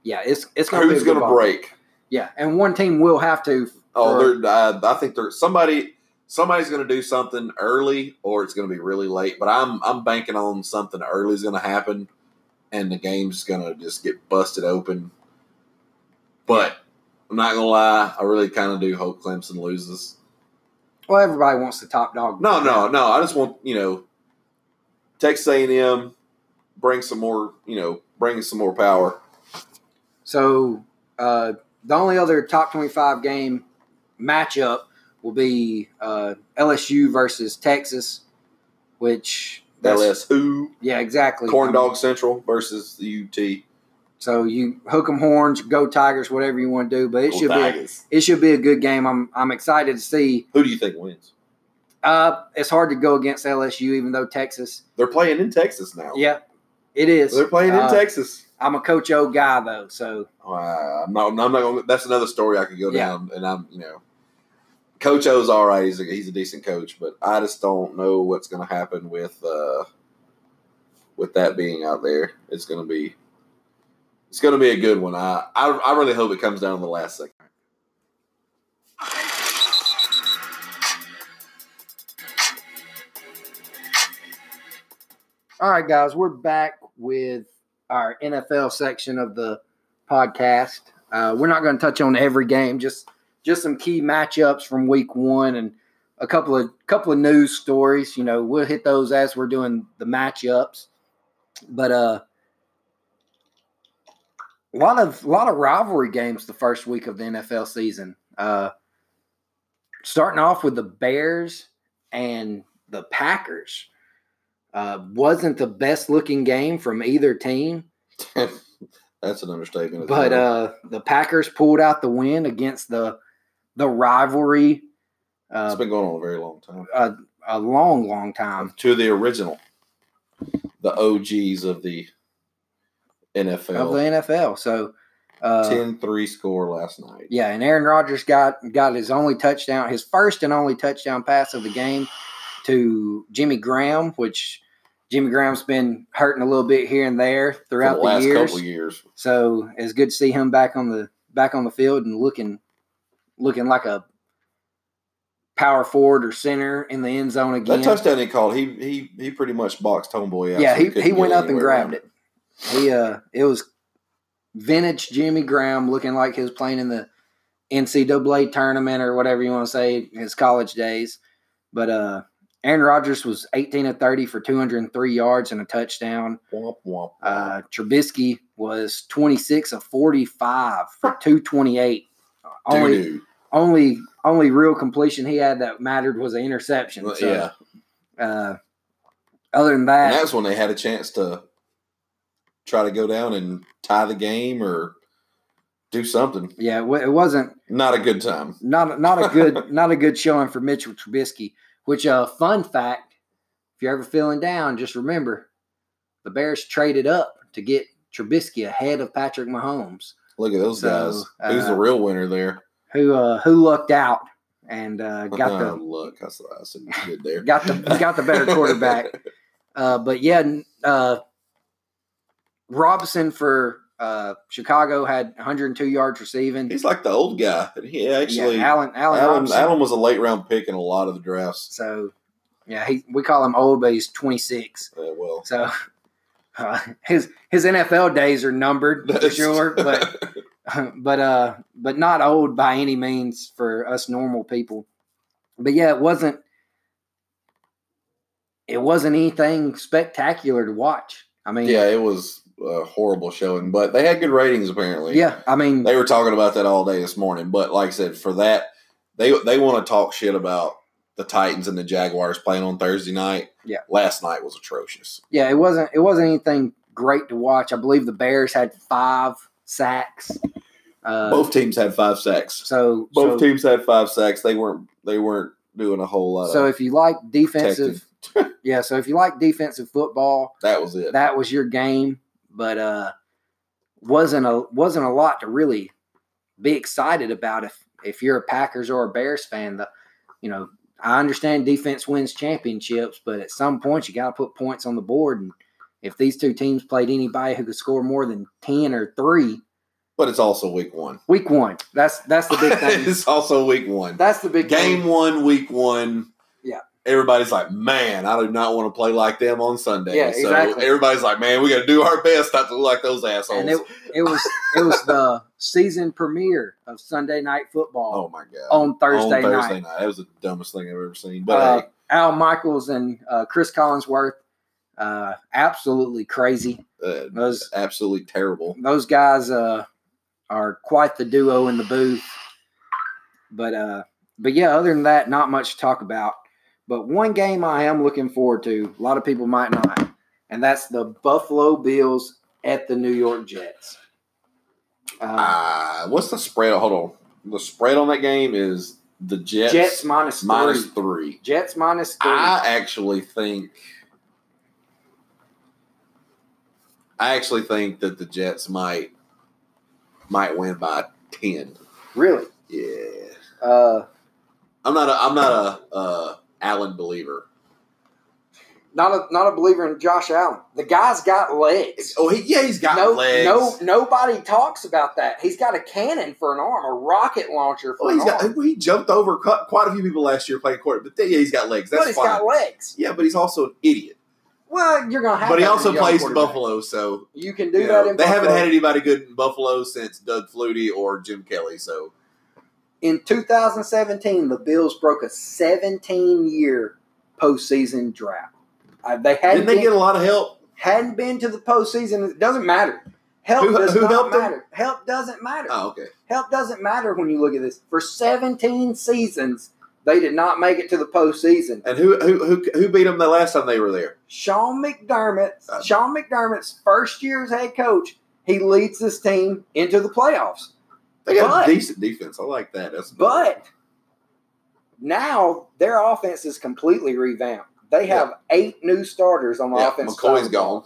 yeah, it's it's gonna be a
Who's
good
going to
ball.
break?
Yeah, and one team will have to.
Oh,
for-
they're I, I think they're somebody somebody's going to do something early or it's going to be really late, but I'm I'm banking on something early is going to happen and the game's going to just get busted open. But I'm not going to lie, I really kind of do hope Clemson loses.
well, everybody wants the top dog.
No, no, no. I just want you know, Texas A and M bring some more. You know, bring some more power.
So uh, the only other top twenty-five game matchup will be uh, LSU versus Texas, which that's-
LSU
Yeah, exactly.
Corn
I mean,
Dog Central versus the UT.
So you hook 'em horns, go Tigers, whatever you want to do, but it
Go
should be a
Tigers.
it should be a good game. I'm I'm excited to see.
Who do you think wins?
Uh, it's hard to go against LSU, even though Texas.
They're playing in Texas now.
Yeah, it is.
they're playing
Uh,
in Texas.
I'm a Coach O guy though, so
Uh, I'm not. I'm not going. That's another story I could go
Yeah.
down. And I'm, you know, Coach O's all right. He's a, he's a decent coach, but I just don't know what's going to happen with uh, with that being out there, it's gonna be it's gonna be a good one. I I, I really hope it comes down to the last second.
All right, guys, we're back with our NFL section of the podcast. Uh, we're not going to touch on every game, just just some key matchups from Week One and a couple of couple of news stories. You know, we'll hit those as we're doing the matchups. But uh, a lot of lot of rivalry games the first week of the NFL season. Uh, starting off with the Bears and the Packers. Uh, wasn't the best looking game from either team,
That's an understatement. as
but
well.
uh, the Packers pulled out the win against the the rivalry
it's
uh,
been going on a very long time.
a, a long, long time.
to the original, the OGs of the
of the
NFL.
NFL. So, uh,
10 3 score last night.
yeah, and Aaron Rodgers got got his only touchdown, his first and only touchdown pass of the game to Jimmy Graham, which Jimmy Graham's been hurting a little bit here and there
For
throughout
the
the,
last
years.
couple of years.
So it's good to see him back on the back on the field and looking looking like a power forward or center in the end zone
That
again.
touchdown he called, he he he pretty much boxed Homeboy out.
yeah,
so
he,
couldn't
he
get
went up and
anywhere
grabbed
around
it. He uh it was vintage Jimmy Graham looking like he was playing in the NCAA tournament or whatever you want to say, his college days. But uh Aaron Rodgers was 18 of 30 for 203 yards and a touchdown.
Womp, womp.
Uh, Trubisky was 26 of 45 for 228. Only
Doo-doo.
only only real completion he had that mattered was an interception.
Well,
So,
yeah.
Uh, other than
And
that,
that's when they had a chance to try to go down and tie the game or do something.
yeah, it wa- it wasn't
Not a good time.
not not a good not a good showing for Mitchell Trubisky. Which uh, fun fact: if you're ever feeling down, just remember the Bears traded up to get Trubisky ahead of Patrick Mahomes,
Look at those
So,
guys. Who's
uh,
the real winner there?
who uh, who lucked out and uh, got the
Oh, look. I saw, I said you did there.
got the got the better quarterback. Uh, but yeah, n- uh, Robinson for uh, Chicago had 102 yards receiving.
He's like the old guy. and He actually
yeah, Allen Allen
Adam,
Robinson.
Adam was a late round pick in a lot of the drafts.
So yeah, he we call him old, but he's 26.
Uh, well,
So uh, his his NFL days are numbered for
that's-
sure, but but uh but not old by any means for us normal people. But yeah, it wasn't it wasn't anything spectacular to watch. I mean,
yeah, it was a horrible showing. But they had good ratings apparently.
yeah, I mean,
they were talking about that all day this morning. But like I said, for that they they want to talk shit about the Titans and the Jaguars playing on Thursday night.
Yeah.
last night was atrocious.
yeah, it wasn't it wasn't anything great to watch. I believe the Bears had five sacks. Uh,
Both teams had five sacks.
so
Both
so,
teams had five sacks. They weren't they weren't doing a whole lot.
so
of
if you like
Uh, protecting.
defensive, yeah, so if you like defensive football,
That was it.
that was your game, but uh, wasn't a wasn't a lot to really be excited about if if you're a Packers or a Bears fan. The you know I understand defense wins championships, but at some point you got to put points on the board, and if these two teams played anybody who could score more than ten or three,
but it's also week one.
week one that's that's the big thing.
it's also week one.
That's the big
Game
Thing.
one, week one.
Yeah.
Everybody's like, man, I do not want to play like them on Sunday.
Yeah, exactly.
So everybody's like, man, we got to do our best not to look like those assholes.
And it, it was it was the season premiere of Sunday Night
oh
Football
my god.
on Thursday,
Oh, on
night.
Thursday night. That was the dumbest thing I've ever seen. But
Uh,
hey,
Al Michaels and uh, Chris Collinsworth, uh, absolutely crazy.
uh,
Those
absolutely terrible.
those guys uh, are quite the duo in the booth. But uh, but yeah, other than that, not much to talk about. But one game I am looking forward to. A lot of people might not, and that's the Buffalo Bills at the New York Jets. Uh,
Uh, what's the spread? Hold on. The spread on that game is the Jets,
Jets minus
minus
three.
three.
Jets minus three.
I actually think I actually think that the Jets might might win by ten.
really?
Yeah.
Uh,
I'm not a I'm not a uh Allen believer.
Not a not a believer in Josh Allen. The guy's got legs.
Oh, he, yeah, he's got
no,
legs.
no, nobody talks about that. He's got a cannon for an arm, a rocket launcher for
Well,
an
Oh, he's got,
arm.
he jumped over cu- quite a few people last year playing court, but yeah, he's got legs. That's
but he's
fine.
got legs.
yeah, but he's also an idiot.
Well, you're gonna have.
But he
that
also
with a young
plays in
quarterback.
Buffalo, so
You can do
you
that.
know,
In
they haven't
Buffalo.
had anybody good in Buffalo since Doug Flutie or Jim Kelly. So
in 2017, the Bills broke a 17-year postseason drought. Uh, they hadn't
didn't they
been,
get a lot of help?
hadn't been to the postseason. It doesn't matter. Help
Who-
does
who
not
helped them?
matter. Help doesn't matter.
Oh, okay.
Help doesn't matter when you look at this. For 17 seasons, they did not make it to the postseason.
And who who who, who beat them the last time they were there?
Sean McDermott,
Uh,
Sean McDermott's first year as head coach, he leads this team into the playoffs.
They got
But-
a decent defense. I like that. That's
But now their offense is completely revamped. They have eight new starters on the
yeah,
offense.
McCoy's gone.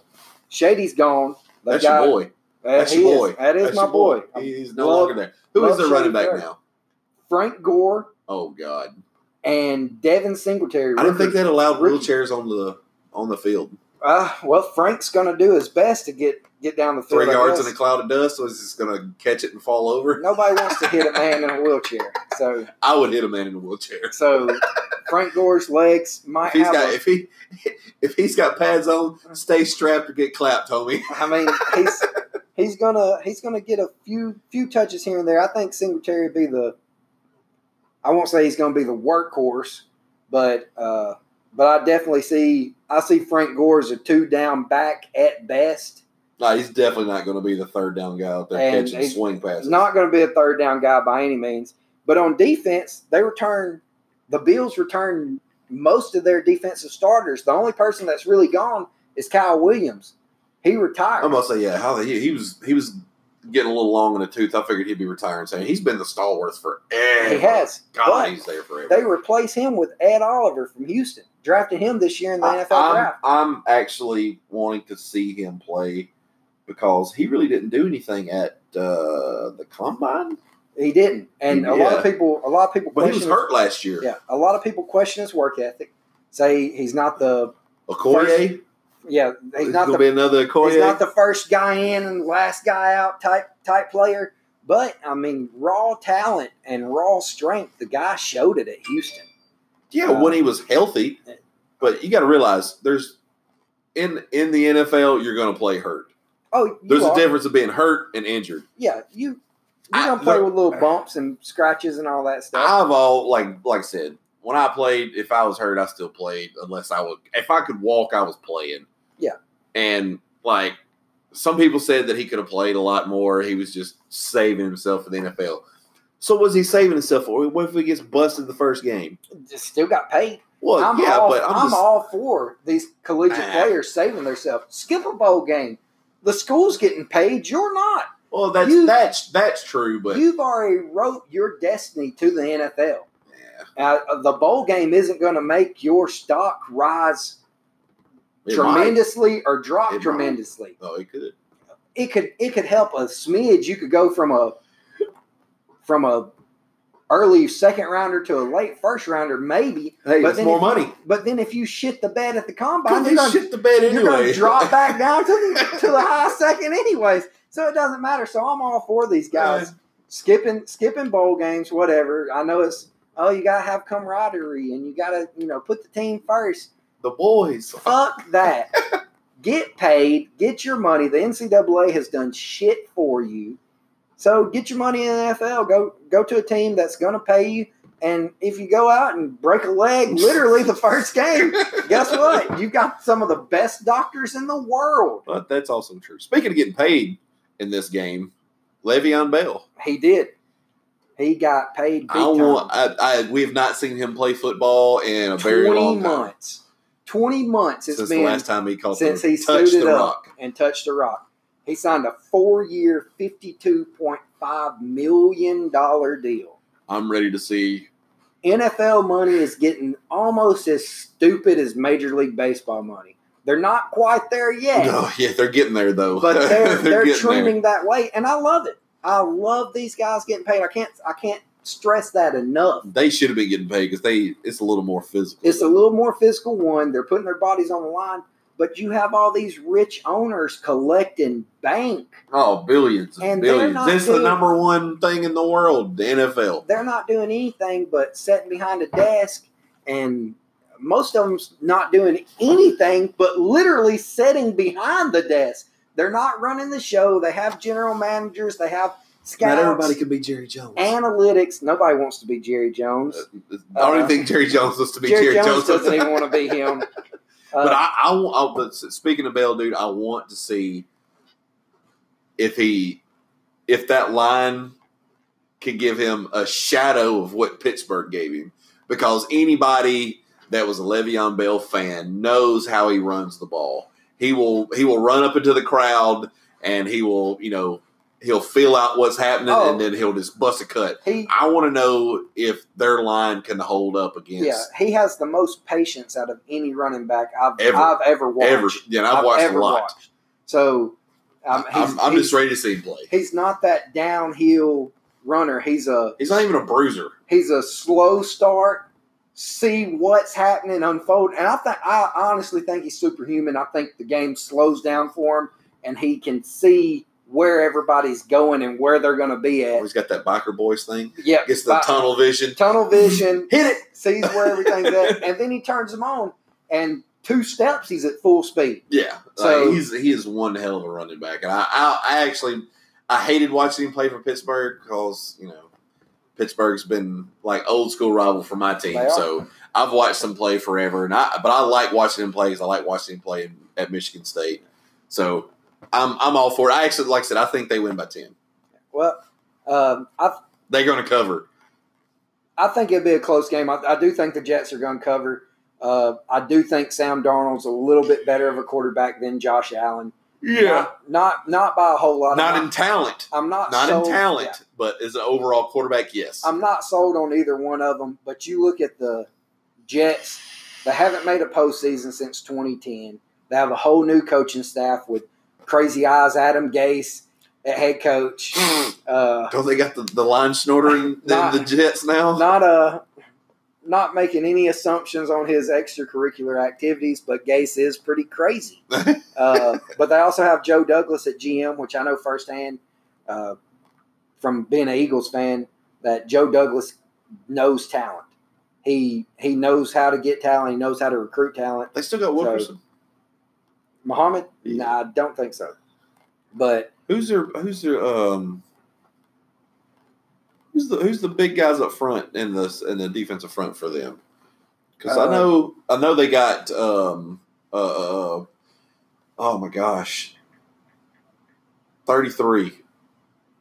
Shady's gone. They
That's
got-
your boy.
uh,
That's
he
your
is-
boy.
that is
That's
my
your
boy.
He's no
Love-
longer there. Who is
love
the running
Shane
back
Fair.
now?
Frank Gore
Oh God,
and Devin Singletary.
I didn't think that allowed
Rookie.
wheelchairs on the on the field.
Uh, well, Frank's going to do his best to get get down the field.
three
I
yards in
guess.
a cloud of dust, so he's just gonna catch it and fall over.
Nobody wants to hit a man in a wheelchair. So,
I would hit a man in a wheelchair.
so Frank Gore's legs might
If he's
have.
got
a-
if he if he's got pads on, stay strapped or get clapped, homie.
I mean, he's he's gonna he's gonna get a few few touches here and there. I think Singletary will be the. I won't say he's going to be the workhorse, but uh, but I definitely see I see Frank Gore as a two down back at best.
No, he's definitely not gonna be the third down guy out there
And
catching
he's
swing passes.
not going to be a third down guy by any means. But on defense, they return the Bills return most of their defensive starters. The only person that's really gone is Kyle Williams. He retired.
I'm gonna say yeah. How he, he was he was getting a little long in the tooth. I figured he'd be retiring. Saying he's been the stalwart forever.
he has.
God,
but
he's there forever.
they replace him with Ed Oliver from Houston, drafted him this year in the NFL
I,
draft.
am I'm actually wanting to see him play because he really didn't do anything at uh, the combine.
He didn't, and a lot of people, a lot of people
But he
question.
was hurt last year.
his, yeah, a lot of people question his work ethic. Say he's not the
Okoye,
yeah he's
he's
not
gonna
the
be another Okoye.
He's not the first guy in and last guy out type type player, but I mean raw talent and raw strength. The guy showed it at Houston.
yeah, when he was healthy, but you got to realize there's in in the NFL you're going to play hurt.
Oh, you
There's
are-
a difference of being hurt and injured.
Yeah, you you
I-
don't play
look-
with little bumps and scratches and all that stuff.
I've all like like I said when I played. If I was hurt, I still played. Unless I was, if I could walk, I was playing.
Yeah.
and like some people said that he could have played a lot more. He was just saving himself for the NFL. So was he saving himself for? What if he gets busted the first game?
Just still got paid.
Well,
I'm
yeah,
all,
but I'm, just,
all for these collegiate
Ah.
players saving themselves. Skip a bowl game. The school's getting paid. You're not.
well. That's
you-
that's that's true, but
You've already wrote your destiny to the NFL.
yeah,
Uh, the bowl game isn't going to make your stock rise
it might.
tremendously or drop
It might.
tremendously.
Oh, he could.
It could it could help a smidge. You could go from a from a early second rounder to a late first rounder, maybe.
Hey,
But
it's
then
more
if-
money.
But then if you shit the bed at the combine,
Because
you're
he
gonna,
shit the bed
you're gonna
anyway.
drop back down to the to the high second anyways. So it doesn't matter. So I'm all for these guys. Skipping skipping bowl games, whatever. I know it's oh, you gotta have camaraderie and you gotta, you know, put the team first.
the boys.
Fuck that. get paid. Get your money. The NCAA has done shit for you. So get your money in the NFL. Go go to a team that's gonna pay you. And if you go out and break a leg, literally the first game, guess what? You've got some of the best doctors in the world.
But that's also true. Speaking of getting paid in this game, Le'Veon Bell.
He did. He got paid big
I
time.
want. I, I we have not seen him play football in a very long time
months. Twenty months it's
since
been
the last time he caught
since
the,
he
touched
suited
the
up.
rock.
and touched the rock. He signed a four-year, fifty-two point five million dollar deal.
I'm ready to see.
NFL money is getting almost as stupid as Major League Baseball money. They're not quite there yet,
No, yeah, they're getting there though.
but they're they're,
getting there.
trending that way, and I love it. I love these guys getting paid. I can't I can't stress that enough.
They should have been getting paid because they it's a little more physical.
It's a little more physical one. They're putting their bodies on the line, but you have all these rich owners collecting bank.
oh billions and,
And they're
billions.
not
This is the
good.
number one thing in the world, the NFL.
They're not doing anything but sitting behind a desk, and most of them's not doing anything but literally sitting behind the desk. They're not running the show. They have general managers. They have scouts.
Not everybody can be Jerry Jones.
analytics. Nobody wants to be Jerry Jones.
I don't even
Uh,
think Jerry Jones wants to be
Jerry,
Jerry,
Jones,
Jones
doesn't even want to be him. Uh,
but I, I, want- I but s- speaking of Bell, dude, I want to see if he, if that line can give him a shadow of what Pittsburgh gave him, because anybody that was a Le'Veon Bell fan knows how he runs the ball. He will he will run up into the crowd and he will you know he'll feel out what's happening
Oh.
and then he'll just bust a cut.
he,
I want to know if their line can hold up against
yeah, he has the most patience out of any running back I've
Ever.
I've ever watched.
ever. Yeah, and I've,
I've
watched
ever
a lot.
watched. So, um, he's,
I'm, I'm
he's,
just ready to see him play.
he's not that downhill runner. He's a
He's not even a bruiser.
he's a slow start. See what's happening unfold, and I think I honestly think he's superhuman. I think the game slows down for him, and he can see where everybody's going and where they're going to be at.
He's got that biker boys thing.
Yep.
Gets the
Bi-
tunnel vision.
tunnel vision,
Hit it.
sees where everything's at, and then he turns them on, and two steps he's at full speed.
Yeah. So
So-
he's he is one hell of a running back, and I I, I actually I hated watching him play for Pittsburgh because you know Pittsburgh's been like old school rival for my team.
They are.
So I've watched him play forever, and I but I like watching him play because I like watching him play in, at Michigan State. So I'm I'm all for it. I actually like I said I think they win by ten.
Well, um, I
They're going to cover.
I think it'll be a close game. I, I do think the Jets are going to cover. Uh, I do think Sam Darnold's a little bit better of a quarterback than Josh Allen. not not, not by a whole lot.
Not
I'm
in talent.
I'm not
Not
sold,
in talent,
yeah.
but as an overall quarterback, yes.
I'm not sold on either one of them. But you look at the Jets; they haven't made a postseason since 2010. They have a whole new coaching staff with crazy eyes Adam Gase at head coach. Uh,
Don't they got the, the line snorter in the,
Nah.
the Jets now?
not uh not making any assumptions on his extracurricular activities, but Gase is pretty crazy. uh, but they also have Joe Douglas at GM, which I know firsthand uh, from being an Eagles fan that Joe Douglas knows talent. He he knows how to get talent. He knows how to recruit talent.
They still got Wilkerson.
Muhammad?
Yeah.
No, I don't think so. But
who's their who's their um who's the who's the big guys up front in this in the defensive front for them? Because I
Uh,
know I know they got um uh, uh oh my gosh thirty three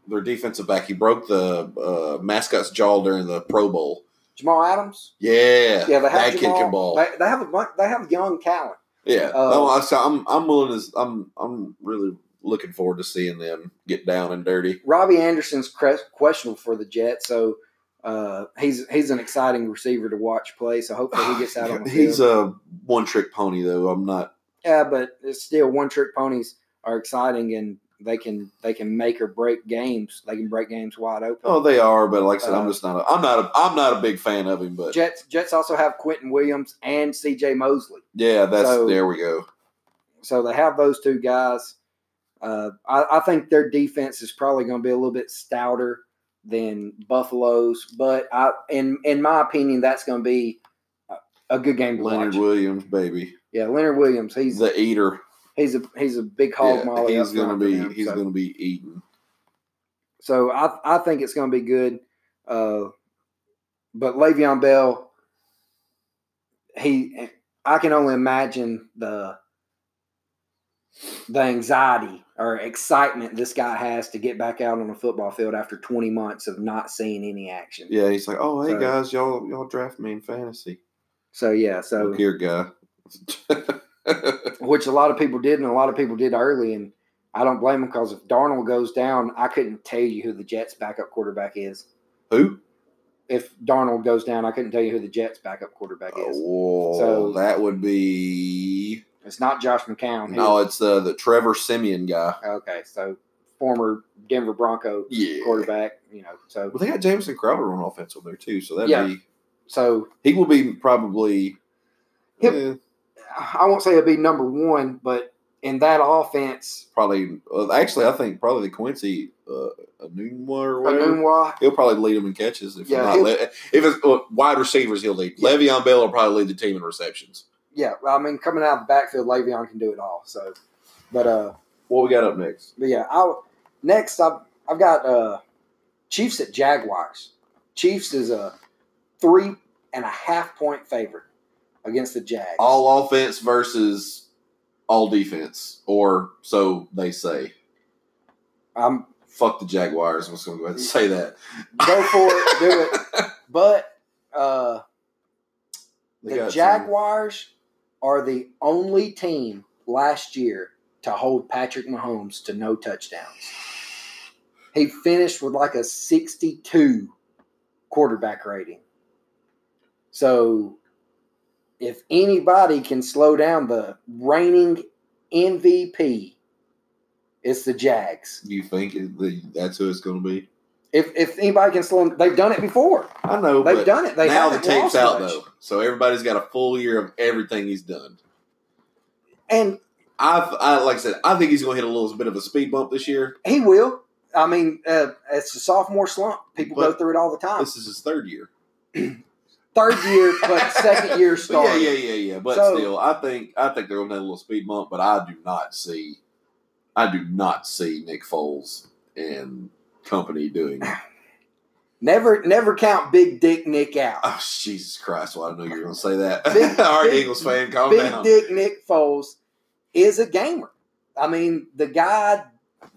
their defensive back he broke the uh, mascot's jaw during the Pro Bowl.
Jamal Adams,
Yeah,
yeah, they have
that
Jamal,
kid can ball.
They, they have a bunch, they have young talent.
Yeah,
Uh,
no, I, so I'm I'm willing to I'm I'm really looking forward to seeing them get down and dirty.
Robbie Anderson's cre- questionable for the Jets, so uh, he's he's an exciting receiver to watch play. So hopefully he gets out on the
He's
field.
a one trick pony though. I'm not.
yeah, but it's still one trick ponies are exciting and they can they can make or break games. They can break games wide open.
Oh, they are, but like I said, I'm
Uh,
just not. A, I'm not. A, I'm not a big fan of him. But
Jets Jets also have Quentin Williams and C.J. Mosley,
yeah, that's
So-
there we go.
so they have those two guys. Uh, I, I think their defense is probably going to be a little bit stouter than Buffalo's, but I, in in my opinion, that's going to be a, a good game to
Leonard
watch.
Williams, baby,
Yeah, Leonard Williams. He's
the eater.
he's a he's a big hog
Yeah,
molly.
he's
up
gonna
front for
be.
them.
He's
so,
gonna be eating.
so I I think it's gonna be good. Uh, but Le'Veon Bell, he I can only imagine the the anxiety or excitement this guy has to get back out on the football field after 20 months of not seeing any action.
Yeah, he's like, oh hey
So-
guys, y'all y'all draft me in fantasy.
So yeah, so
Look here, guy.
which a lot of people did, and a lot of people did early. And I don't blame them because if Darnold goes down, I couldn't tell you who the Jets' backup quarterback is.
Who?
If Darnold goes down, I couldn't tell you who the Jets' backup quarterback is.
Oh,
So-
that would be
It's not Josh McCown.
No, it's uh, the Trevor Simeon guy.
Okay, so former Denver Bronco
Yeah.
quarterback. You know, so
Well, they got Jameson Crowder on offense on there too, so that'd
Yeah.
be
so
he will be probably.
Yep.
eh,
I won't say it'll be number one, but in that offense,
probably uh, actually, I think probably the Quincy uh, Anunwa or whatever.
Anunwa,
He'll probably lead them in catches if
Yeah,
not
he'll-
le- if it's uh, wide receivers. He'll lead.
Yeah.
Le'Veon Bell will probably lead the team in receptions.
yeah, well, I mean, coming out of the backfield, Le'Veon can do it all. So, but uh,
What we got up next?
but yeah, I next I've I've got uh, Chiefs at Jaguars. Chiefs is a three and a half point favorite against the Jags.
All offense versus all defense, or so they say.
I'm
Fuck the Jaguars. I'm just going to go ahead and say that.
go for it, do it. But uh,
They
the
got some-
Jaguars are the only team last year to hold Patrick Mahomes to no touchdowns. He finished with like a 62 quarterback rating. So if anybody can slow down the reigning MVP, it's the Jags.
You think it- the- that's who it's going to be?
If if anybody can slow them, they've done it before.
I know.
They've
but
done it. They
now the
haven't
tape's
lost
out
much.
though, so everybody's got a full year of everything he's done.
And
I've, I like I said, I think he's going to hit a little bit of a speed bump this year.
He will. I mean, uh, it's a sophomore slump. People go
But-
through it all the time.
This is his third year.
Third year, but second year
But
start.
yeah, yeah, yeah, yeah. But
So-
still, I think I think they're going to have a little speed bump. But I do not see, I do not see Nick Foles and company doing.
Never, never count Big Dick Nick out.
Oh, Jesus Christ! Well, I know you're going to say that.
Big-
All right,
big-
Eagles fan, calm
Big
down.
Dick Nick Foles is a gamer. I mean, the guy.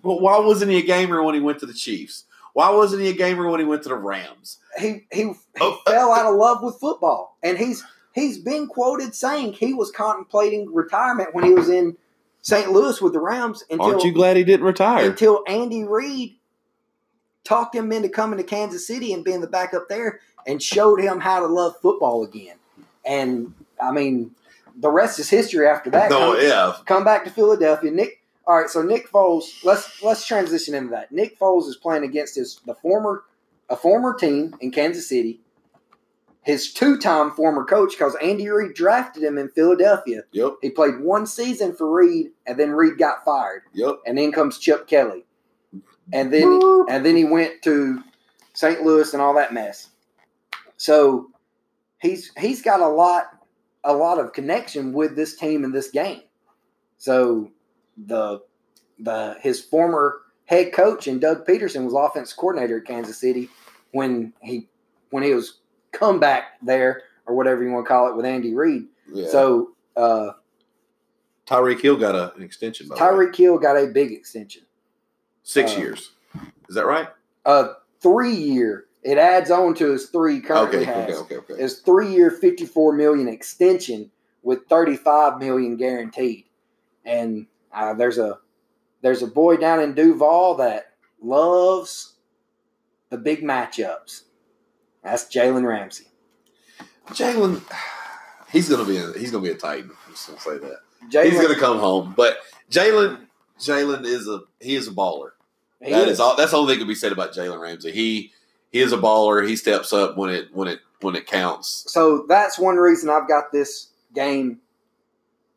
But why wasn't he a gamer when he went to the Chiefs? Why wasn't he a gamer when he went to the Rams?
He he, he
Oh.
fell out of love with football, and he's he's been quoted saying he was contemplating retirement when he was in St. Louis with the Rams until
glad he didn't retire?
until Andy Reid talked him into coming to Kansas City and being the backup there and showed him how to love football again. And I mean, the rest is history after that.
No,
come,
yeah,
come back to Philadelphia. Nick all right, so Nick Foles, let's let's transition into that. Nick Foles is playing against his the former a former team in Kansas City, his two time former coach, because Andy Reid drafted him in Philadelphia.
yep,
He played one season for Reid, and then Reid got fired
yep.
and then comes Chip Kelly, and then and then he went to St. Louis and all that mess. So he's he's got a lot a lot of connection with this team and this game. So the the his former head coach and Doug Peterson was offense coordinator at Kansas City when he when he was comeback there or whatever you want to call it with Andy Reid.
Yeah.
So uh,
Tyreek Hill got a, an extension. By Tyreek
Tyreek Hill got a big extension.
six
uh,
years. Is that right?
a three year. It adds on to his three currently
Okay,
has.
okay, okay, okay.
His three year, fifty four million extension with thirty five million guaranteed. And uh, there's a there's a boy down in Duval that loves the big matchups. That's Jalen Ramsey.
Jalen, he's gonna be a, he's gonna be a Titan. I'm just gonna say that
Jalen,
he's gonna come home. But Jalen, Jalen is a he is a baller.
he
That is
is.
all. That's all that can be said about Jalen Ramsey. He he is a baller. He steps up when it when it when it counts.
So that's one reason I've got this game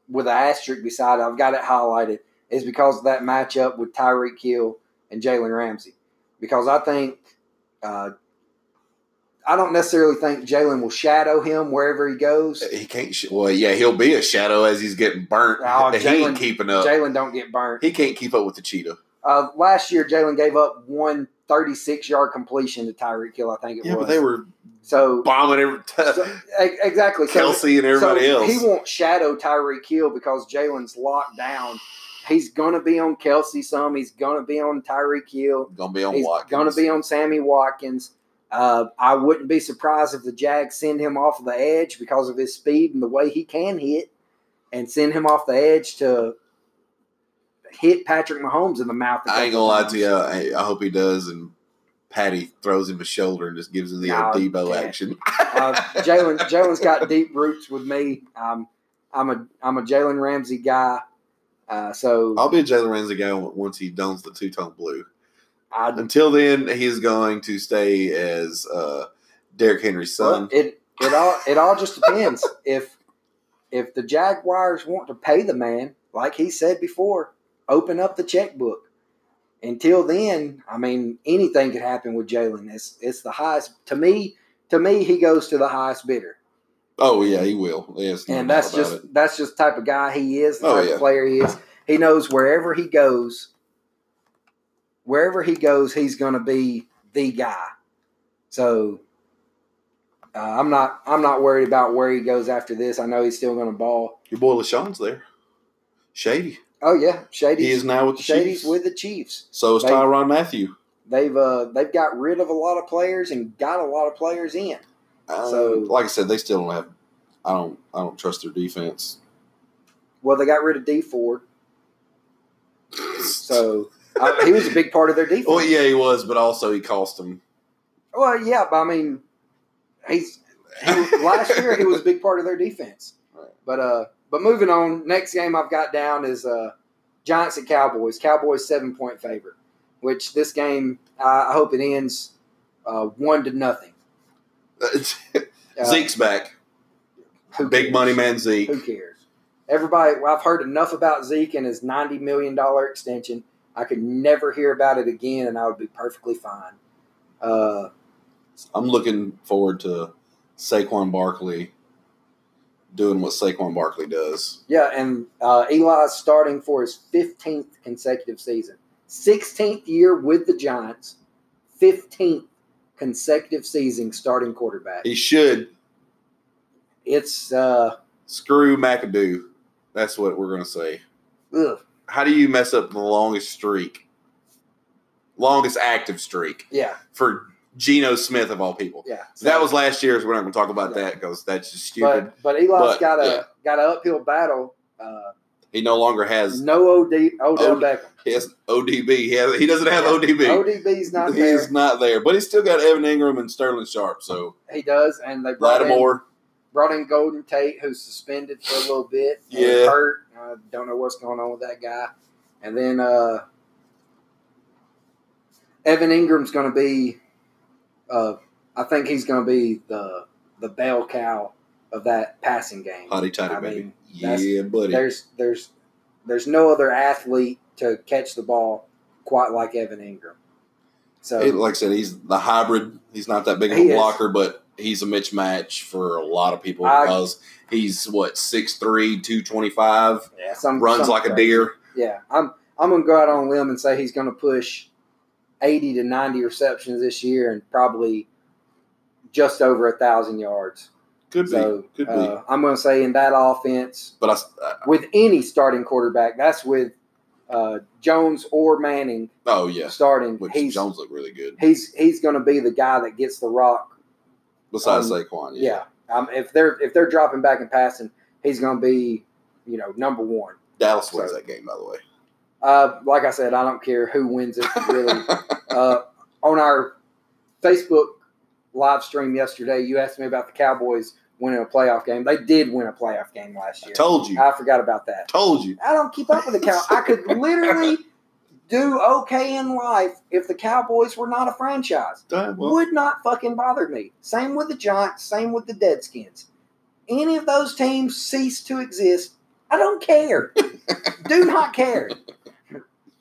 with an asterisk beside it. I've got it highlighted is because of that matchup with Tyreek Hill and Jalen Ramsey. Because I think uh, I don't necessarily think Jalen will shadow him wherever he goes.
He can't. sh- Well, yeah, he'll be a shadow as he's getting burnt.
Oh,
he ain't
Jalen-
keeping up.
Jalen don't get burnt.
He can't keep up with the cheetah.
Uh, last year, Jalen gave up one 36 yard completion to Tyreek Hill. I think it
Yeah,
was.
but they were
so,
bombing every
so
time.
e- exactly. So-
Kelsey and everybody
so
else.
He won't shadow Tyreek Hill because Jalen's locked down. He's gonna be on Kelsey some. He's gonna be on Tyreek Hill.
gonna be on
He's
Watkins.
gonna be on Sammy Watkins. Uh, I wouldn't be surprised if the Jags send him off the edge because of his speed and the way he can hit, and send him off the edge to hit Patrick Mahomes in the mouth. a
I ain't
couple
gonna lie
times.
to you. I, I hope he does. And Patty throws him a shoulder and just gives him the
Nah,
old Debo
yeah.
action.
Uh, Jalen Jalen's got deep roots with me. Um, I'm a I'm a Jalen Ramsey guy. Uh, so
I'll be a Jalen Ramsey guy once he dons the two tone blue.
I,
Until then, he's going to stay as uh, Derrick Henry's son.
it it all it all just depends if if the Jaguars want to pay the man, like he said before, open up the checkbook. Until then, I mean, anything could happen with Jalen. It's it's the highest to me. To me, he goes to the highest bidder.
Oh yeah, he will. Yes, no
and
doubt
that's
about
just
it.
that's just the type of guy he is, the
Oh,
type
yeah.
of player he is. He knows wherever he goes, wherever he goes, he's going to be the guy. So uh, I'm not I'm not worried about where he goes after this. I know he's still going to ball.
your boy LaShawn's there. Shady.
Oh yeah,
He
Shady's
is now with the
Shady's
Chiefs.
with the Chiefs.
so is
They-
Tyron Matthew.
They've uh, they've got rid of a lot of players and got a lot of players in.
Um,
So-
like I said, they still don't have. I don't. I don't trust their defense.
Well, they got rid of D Ford, so uh, he was a big part of their defense.
well, yeah, he was, but also he cost them.
Well, yeah, but I mean, he's he, last year he was a big part of their defense.
Right.
But uh, but moving on, next game I've got down is uh, Giants and Cowboys. Cowboys seven point favorite, which this game I I hope it ends uh, one to nothing. Uh,
Zeke's back.
who
Big
cares?
money man Zeke.
Who cares? Everybody, well, I've heard enough about Zeke and his ninety million dollar extension. I could never hear about it again, and I would be perfectly fine. Uh,
I'm looking forward to Saquon Barkley doing what Saquon Barkley does.
Yeah, and uh, Eli's starting for his 15th consecutive season. 16th year with the Giants, 15th consecutive season starting quarterback.
He should
It's, uh,
screw McAdoo. That's what we're gonna say.
ugh,
How do you mess up the longest streak, longest active streak
yeah,
for Geno Smith of all people?
yeah.
So that was last year's. We're not gonna talk about
Yeah.
that because that's just stupid.
but, but Eli's
But,
got a
yeah.
got an uphill battle. Uh,
he no longer has
no OD, Odell
Od-
Beckham.
he has ODB. He, has, he doesn't have
Yeah.
ODB.
ODB's not
he
there.
is not there, but he's still got Evan Ingram and Sterling Sharp. So
he does, and they brought in,
Lattimore,
brought in Golden Tate, who's suspended for a little bit. and
Yeah.
hurt. I don't know what's going on with that guy. And then uh, Evan Ingram's going to be, uh, I think he's going to be the the bell cow of that passing game.
hottie toddy
I
baby.
mean, that's-
yeah, buddy.
There's there's there's no other athlete to catch the ball quite like Evan Ingram. So
It- like I said, he's the hybrid. He's not that big of a
He is.
blocker, but he's a mismatch for a lot of people
I-
because he's what 6'3", 225,
yeah, some-
runs
some
like a
crazy.
deer.
Yeah, I'm I'm gonna go out on a limb and say he's gonna push eighty to ninety receptions this year and probably just over a thousand yards.
Could be,
So
could be.
uh, I'm gonna say in that offense
but I s- uh, I,
with any starting quarterback, that's with uh, Jones or Manning
oh yeah,
starting.
which
he's
Jones looked really good.
he's he's gonna be the guy that gets the rock.
Besides
um,
Saquon, yeah.
Yeah, um, if they're if they're dropping back and passing, he's gonna be you know number one.
Dallas wins
So-
that game, by the way.
Uh, like I said, I don't care who wins it. Really, uh, on our Facebook live stream yesterday, you asked me about the Cowboys winning a playoff game. They did win a playoff game last
I
year.
told you,
I forgot about that.
told you.
I don't keep up with the Cow. I could literally do okay in life if the Cowboys were not a franchise.
Done, well,
Would not fucking bother me. Same with the Giants. Same with the Deadskins. Any of those teams cease to exist, I don't care. do not care.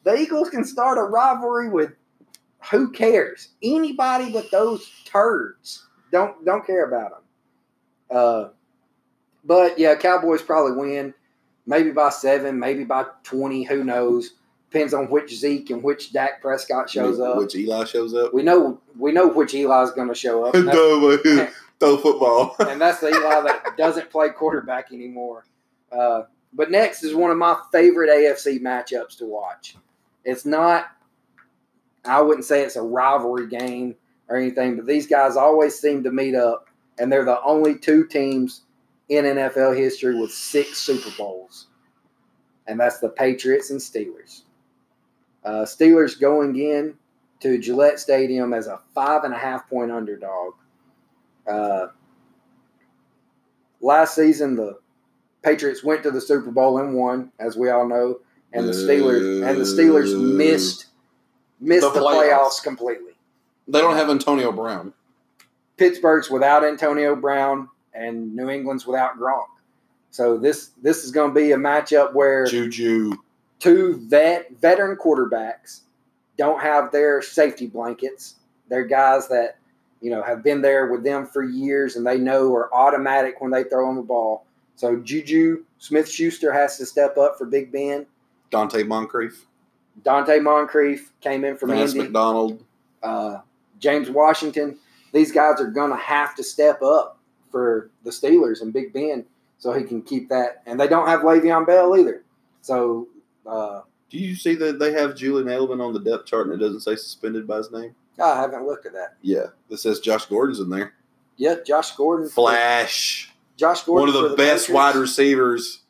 The Eagles can start a rivalry with who cares? Anybody but those turds. Don't don't care about them. Uh, but yeah, Cowboys probably win. Maybe by seven, maybe by twenty. Who knows? Depends on which Zeke and which Dak Prescott shows up.
Which Eli shows up?
We know we know which Eli's going to show up, and that's,
Throw throw football.
and that's the Eli that doesn't play quarterback anymore. Uh, but next is one of my favorite AFC matchups to watch. It's not, I wouldn't say it's a rivalry game or anything, but these guys always seem to meet up, and they're the only two teams in NFL history with six Super Bowls, and that's the Patriots and Steelers. Uh, Steelers going in to Gillette Stadium as a five and a half point underdog. Uh, last season, the Patriots went to the Super Bowl and won, as we all know. and the Steelers and the Steelers missed missed
The
the,
playoffs.
playoffs completely.
They don't have Antonio Brown.
Pittsburgh's without Antonio Brown and New England's without Gronk. So this this is going to be a matchup where
Juju.
two vet veteran quarterbacks don't have their safety blankets. They're guys that you know have been there with them for years, and they know are automatic when they throw them the ball. So Juju Smith Schuster has to step up for Big Ben.
Dante Moncrief.
Dante Moncrief came in from
Vance
Indy.
McDonald.
Uh, James Washington. These guys are going to have to step up for the Steelers and Big Ben so he can keep that. And they don't have Le'Veon Bell either. So uh,
Do you see that they have Julian Edelman on the depth chart and it doesn't say suspended by his name?
I haven't looked at that.
Yeah. This says Josh Gordon's in there.
Yeah, Josh Gordon.
Flash.
Josh Gordon.
One of
for
the, best
Patriots.
wide receivers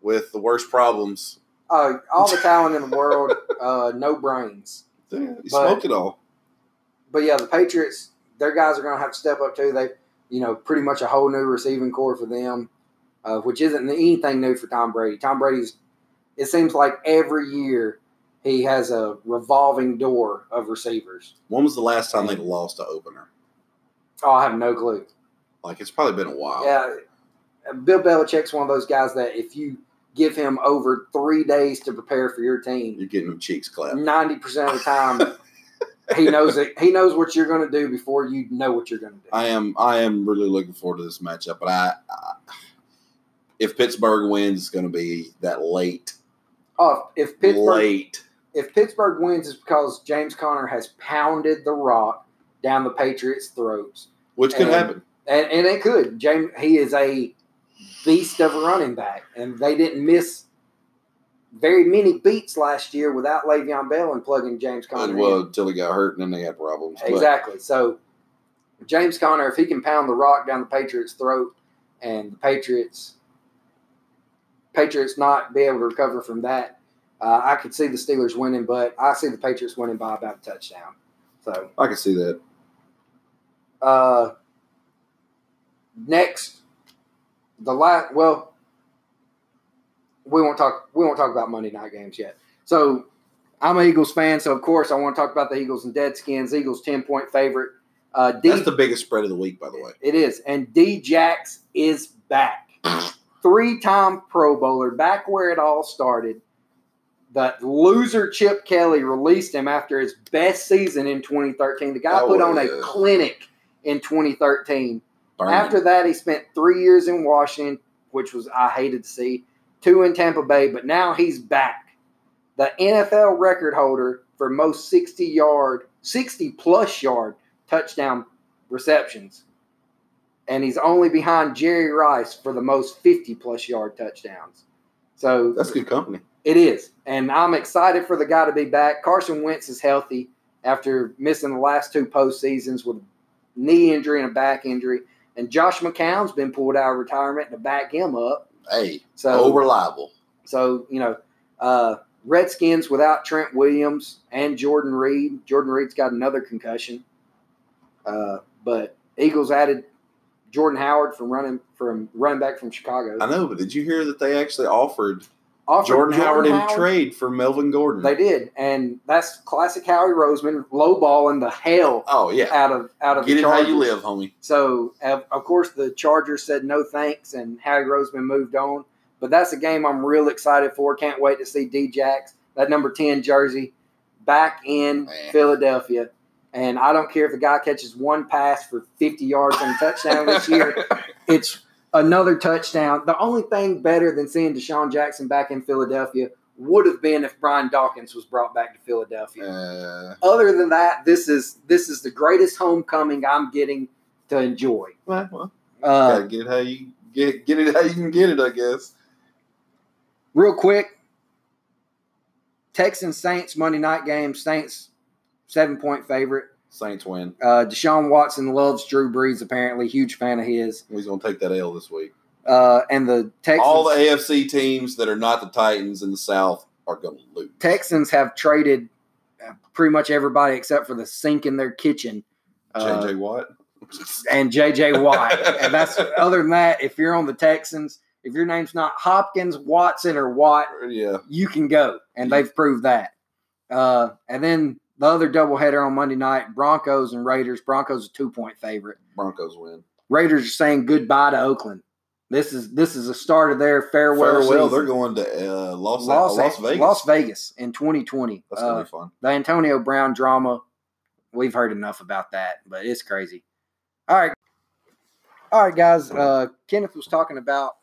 with the worst problems.
Uh, all the talent in the world, uh, no brains.
Damn, he
But-
smoked it all.
But yeah, the Patriots, their guys are going to have to step up too. They, you know, pretty much a whole new receiving core for them, uh, which isn't anything new for Tom Brady. Tom Brady's, it seems like every year he has a revolving door of receivers.
When was the last time they lost an opener?
Oh, I have no clue.
Like it's probably been a while.
Yeah, Bill Belichick's one of those guys that if you give him over three days to prepare for your team,
You're getting them cheeks clapped.
ninety percent of the time, he knows it. He knows what you're going to do before you know what you're going to do.
I am I am really looking forward to this matchup, but I, I if Pittsburgh wins, it's going to be that late,
oh, if if Pittsburgh
late.
if Pittsburgh wins, it's because James Conner has pounded the rock down the Patriots' throats,
Which could
And-
happen.
and and it could. James, he is a beast of a running back, and they didn't miss. Very many beats last year without Le'Veon Bell and plugging James Conner. in.
Well, until he got hurt, and then they had problems. but-
Exactly. So James Conner, if he can pound the rock down the Patriots' throat and the Patriots Patriots not be able to recover from that, uh, I could see the Steelers winning, but I see the Patriots winning by about a touchdown. So
I can see that.
uh, next, the last well, we won't talk we won't talk about Monday night games yet. So I'm an Eagles fan, so of course I want to talk about the Eagles and Deadskins. Eagles ten point favorite. Uh, D,
That's the biggest spread of the week, by the way.
it is, and D Jax is back, three time Pro Bowler, back where it all started. The loser Chip Kelly released him after his best season in 2013. The guy
That
put on a
was-
clinic in 2013.
Burn
After that, he spent three years in Washington, which was I hated to see. Two in Tampa Bay, but now he's back. The NFL record holder for most 60 yard, 60 plus yard touchdown receptions. And he's only behind Jerry Rice for the most 50 plus yard touchdowns. So
That's good company.
it is. And I'm excited for the guy to be back. Carson Wentz is healthy after missing the last two postseasons with knee injury and a back injury. And Josh McCown's been pulled out of retirement to back him up.
Hey,
So
oh, reliable.
so, you know, uh, Redskins without Trent Williams and Jordan Reed. Jordan Reed's got another concussion. Uh, but Eagles added Jordan Howard from running from running back from Chicago.
I know, but did you hear that they actually offered
Offered
Jordan, Howard in trade for Melvin Gordon?
They did, and that's classic Howie Roseman lowballing the hell
oh yeah,
out of out of
get
the
it how
Chargers.
you live, homie.
So of of course the Chargers said no thanks, and Howie Roseman moved on. But that's a game I'm real excited for. Can't wait to see D-Jax that number ten jersey back in
Man.
Philadelphia. And I don't care if the guy catches one pass for 50 yards and a touchdown this year. It's another touchdown. The only thing better than seeing Deshaun Jackson back in Philadelphia would have been if Brian Dawkins was brought back to Philadelphia.
Uh,
Other than that, this is this is the greatest homecoming I'm getting to enjoy.
well, well,
Uh,
gotta get it how you get get it how you can get it, I guess.
Real quick, Texans Saints Monday night game. Saints seven point favorite.
Saints win.
Uh, Deshaun Watson loves Drew Brees. Apparently, huge fan of his.
He's gonna take that L this week.
Uh, and the Texans,
All the AFC teams that are not the Titans in the South are gonna lose.
Texans have traded uh, pretty much everybody except for the sink in their kitchen uh,
JJ Watt.
and JJ Watt. and that's other than that. If you're on the Texans, If your name's not Hopkins, Watson, or Watt,
Yeah.
you can go. And they've proved that. Uh, and then the other doubleheader on Monday night, Broncos and Raiders. Broncos a two point favorite.
Broncos win.
Raiders are saying goodbye to Oakland. This is this is the start of their farewell.
Farewell.
season.
They're going to uh, Los,
Las,
Las Vegas.
Las Vegas in 2020.
That's
Uh,
gonna be fun.
the Antonio Brown drama. We've heard enough about that, but it's crazy. All right. All right, guys. Uh, Kenneth was talking about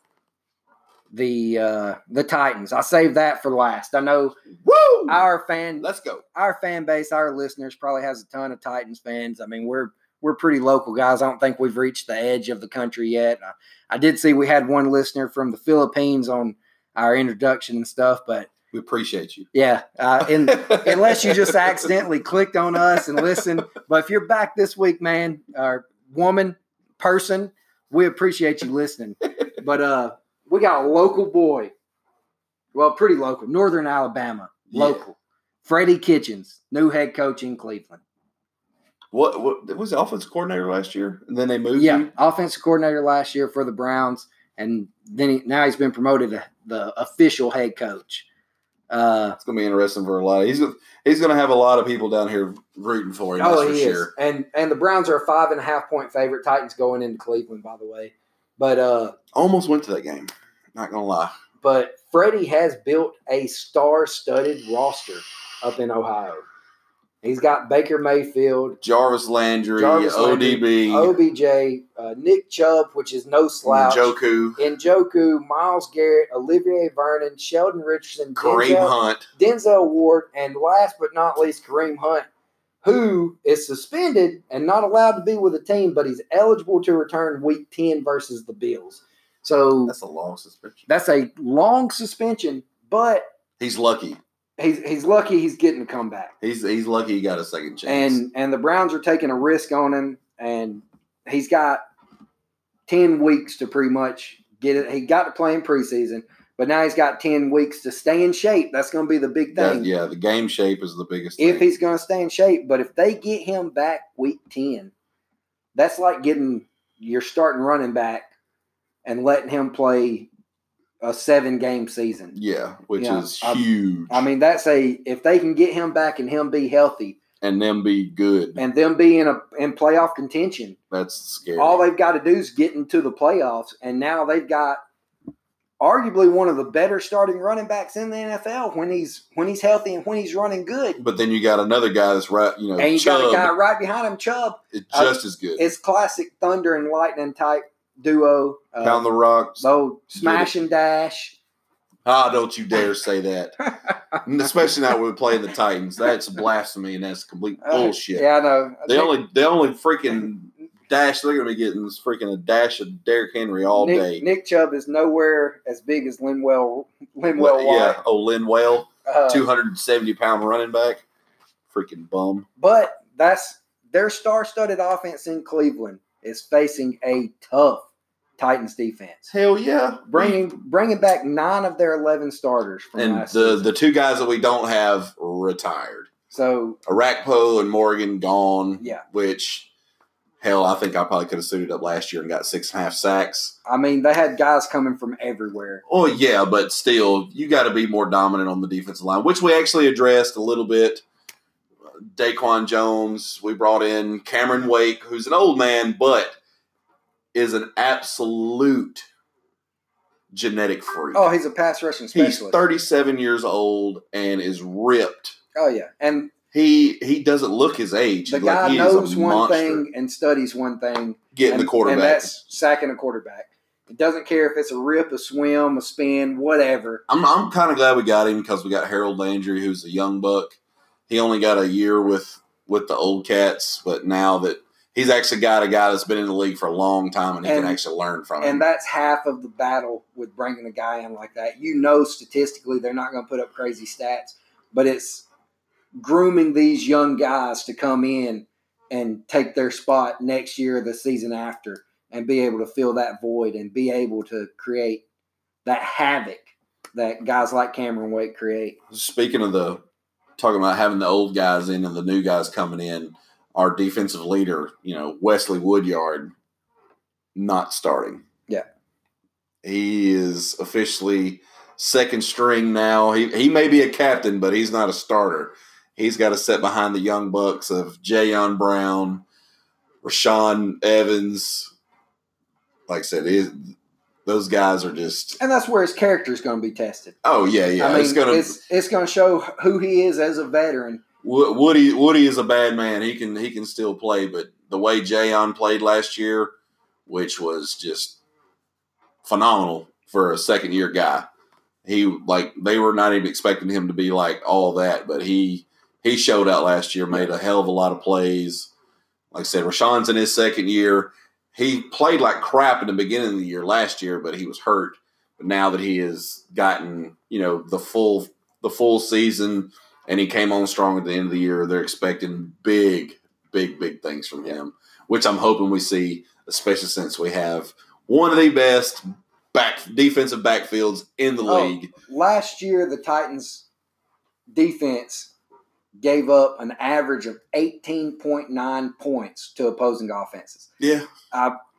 the uh, the Titans. I saved that for last. I know
Woo!
our fan
Let's go.
our fan base, our listeners probably has a ton of Titans fans. I mean, we're we're pretty local guys. I don't think we've reached the edge of the country yet. I, I did see we had one listener from the Philippines on our introduction and stuff, but
We appreciate you.
yeah, uh, in, unless you just accidentally clicked on us and listened. But if you're back this week, man, or woman, person, we appreciate you listening. But uh, we got a local boy, well, pretty local, Northern Alabama,
Yeah.
local. Freddie Kitchens, new head coach in Cleveland.
What, what it was the offense coordinator last year? And then they moved
Yeah,
you?
offensive coordinator last year for the Browns, and then he, now he's been promoted to the official head coach. Uh,
It's gonna be interesting for a lot. He's he's gonna have a lot of people down here rooting for him.
Oh,
that's for
he is.
sure.
And and the Browns are a five and a half point favorite. Titans going into Cleveland, by the way. But uh,
Almost went to that game. Not gonna lie.
but Freddie has built a star-studded roster up in Ohio. He's got Baker Mayfield,
Jarvis Landry,
Jarvis Landry,
ODB,
OBJ, uh, Nick Chubb, which is no slouch,
Joku,
Njoku, Miles Garrett, Olivier Vernon, Sheldon Richardson,
Kareem
Denzel-
Hunt.
Denzel Ward, and last but not least, Kareem Hunt, who is suspended and not allowed to be with the team, but he's eligible to return week 10 versus the Bills. So
That's a long suspension.
that's a long suspension, but
He's lucky.
he's, he's lucky he's getting a comeback.
He's he's lucky he got a second chance.
And, and the Browns are taking a risk on him, and he's got 10 weeks to pretty much get it. He got to play in preseason, but now he's got 10 weeks to stay in shape. That's going to be the big
That-
thing.
yeah, the game shape is the biggest.
if
thing.
he's going to stay in shape. But if they get him back week 10, that's like getting your starting running back and letting him play a seven game season.
yeah, which
Yeah,
is
I-
huge.
I mean, that's a if they can get him back and him be healthy
and them be good.
and them be in a in playoff contention,
That's scary.
all they've got to do is get into the playoffs. And now they've got arguably one of the better starting running backs in the NFL when he's when he's healthy and when he's running good.
but then you got another guy that's right. You know,
And you got
Chubb,
a guy right behind him, Chubb,
it's just as good.
it's classic thunder and lightning type duo. Uh,
Pound the rocks.
so smash and dash.
Ah, don't you dare say that. Especially not when we're playing the Titans. That's blasphemy and that's complete
Uh,
bullshit.
yeah, I know. I
The
think
only the only freaking dash they're gonna be getting is freaking a dash of Derrick Henry all
Nick,
day.
Nick Chubb is nowhere as big as Linwell. Linwell
Well,
White.
yeah, oh Lynn Whale,
Uh,
two hundred and seventy pound running back. Freaking bum.
but that's their star-studded offense in Cleveland is facing a tough Titans defense.
Hell yeah.
Bringing bringing back nine of their eleven starters from
and
last
the,
season.
the two guys that we don't have retired.
so
Arakpo and Morgan gone.
Yeah.
Which hell, I think I probably could have suited up last year and got six and a half sacks.
I mean they had guys coming from everywhere.
Oh yeah, but still, you got to be more dominant on the defensive line, which we actually addressed a little bit. Daquan Jones, we brought in Cameron Wake, who's an old man, but is an absolute genetic freak.
Oh, he's a pass rushing
he's
specialist.
37 years old and is ripped.
oh yeah, and
He he doesn't look his age.
the
Like,
guy
he is a
knows one
monster.
thing and studies one thing,
Getting
and,
the quarterback.
and that's sacking a quarterback. It doesn't care if it's a rip, a swim, a spin, whatever.
I'm I'm kind of glad we got him because we got Harold Landry, who's a young buck. He only got a year with with the old cats, but now that he's actually got a guy that's been in the league for a long time and he
And-
can actually learn from him.
And that's half of the battle with bringing a guy in like that. You know, statistically, they're not going to put up crazy stats, but it's grooming these young guys to come in and take their spot next year, the season after, and be able to fill that void and be able to create that havoc that guys like Cameron Wake create.
Speaking of the talking about having the old guys in and the new guys coming in, our defensive leader, you know, Wesley Woodyard, not starting.
Yeah.
He is officially second string now. He he may be a captain, but he's not a starter. He's got to sit behind the young bucks of Jayon Brown, Rashawn Evans. Like I said, it, those guys are just
And that's where his character is going to be tested.
oh yeah yeah.
I mean,
it's gonna
it's, it's going to show who he is as a veteran.
Wo- Woody Woody is a bad man. He can he can still play, but the way Jayon played last year, which was just phenomenal for a second year guy. He like they were not even expecting him to be like all that, but he he showed out last year, made a hell of a lot of plays. Like I said, Rashawn's in his second year. He played like crap in the beginning of the year last year, but he was hurt. But now that he has gotten, you know, the full the full season, and he came on strong at the end of the year. They're expecting big, big, big things from him, which I'm hoping we see, especially since we have one of the best back defensive backfields in the
Oh.
league.
Last year, the Titans defense gave up an average of 18.9 points to opposing offenses.
Yeah,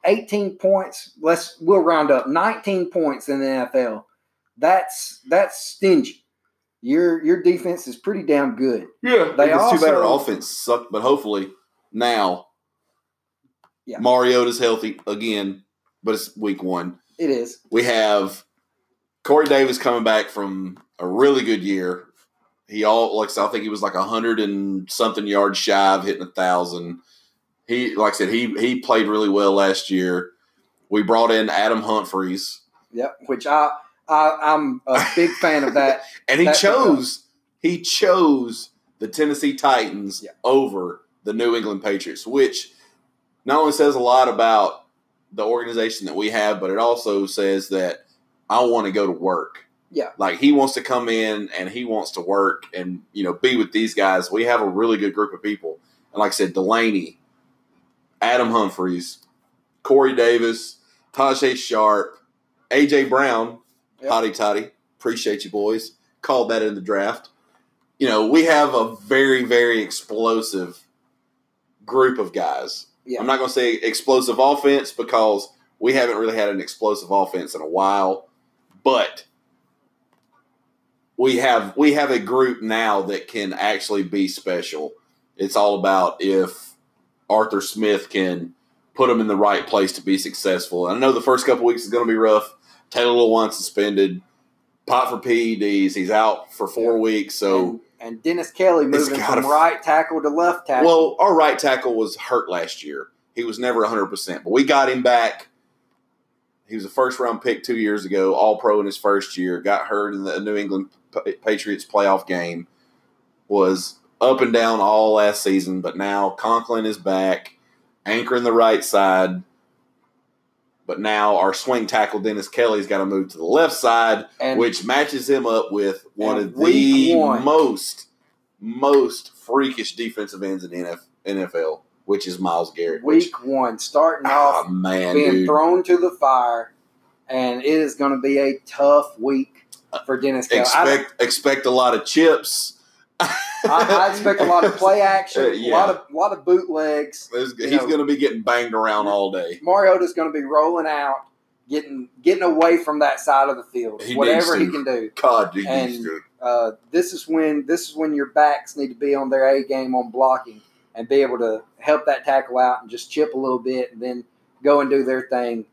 18 points, let's we'll round up 19 points in the NFL. That's that's stingy. Your your defense is pretty damn good.
yeah.
They
it's too bad our
also-
offense sucked, but hopefully now
Yeah.
Mariota's healthy again, but it's week one.
It is.
We have Corey Davis coming back from a really good year. He all like I said, I think he was like a hundred and something yards shy of hitting a thousand. He like I said, he he played really well last year. We brought in Adam Humphreys,
Yep. Which I, I I'm a big fan of that.
and he
That's what-
chose he chose the Tennessee Titans
Yeah.
over the New England Patriots, which not only says a lot about the organization that we have, but it also says that I want to go to work.
Yeah.
Like he wants to come in and he wants to work and you know be with these guys. We have a really good group of people. And like I said, Delaney, Adam Humphreys, Corey Davis, Tajay Sharp, AJ Brown,
Yep.
Hottie Toddy. Appreciate you boys. Called that in the draft. You know, we have a very, very explosive group of guys.
Yeah.
I'm not going to say explosive offense because we haven't really had an explosive offense in a while, but we have we have a group now that can actually be special. It's all about if Arthur Smith can put them in the right place to be successful. And I know the first couple weeks is going to be rough. Taylor Lewan suspended, Pot for PEDs. He's out for four
Yeah.
weeks. So
and, and Dennis Kelly
It's
moving
gotta
from
f-
right tackle to left tackle.
well, our right tackle was hurt last year. He was never 100%, but we got him back. He was a first round pick two years ago, all pro in his first year, got hurt in the New England Pa- Patriots playoff game, was up and down all last season, but now Conklin is back, anchoring the right side. But now our swing tackle, Dennis Kelly's got to move to the left side,
and
which matches him up with one
and
of
week
the
one.
most most freakish defensive ends in NF, NFL, which is Miles Garrett. Which,
week one, starting
ah,
off
man,
being
dude,
thrown to the fire, and it is going to be a tough week for Dennis Kelly. I-
expect expect a lot of chips.
I, I expect a lot of play action,
Uh,
a
yeah.
lot of lot of bootlegs.
There's-
you
He's
know.
going to be getting banged around all day.
Mariota's going to be rolling out, getting getting away from that side of the field,
He
whatever he
needs to.
can do.
God, dude,
And-
he's good.
Uh, this is when this is when your backs need to be on their A game on blocking and be able to help that tackle out and just chip a little bit and then go and do their thing.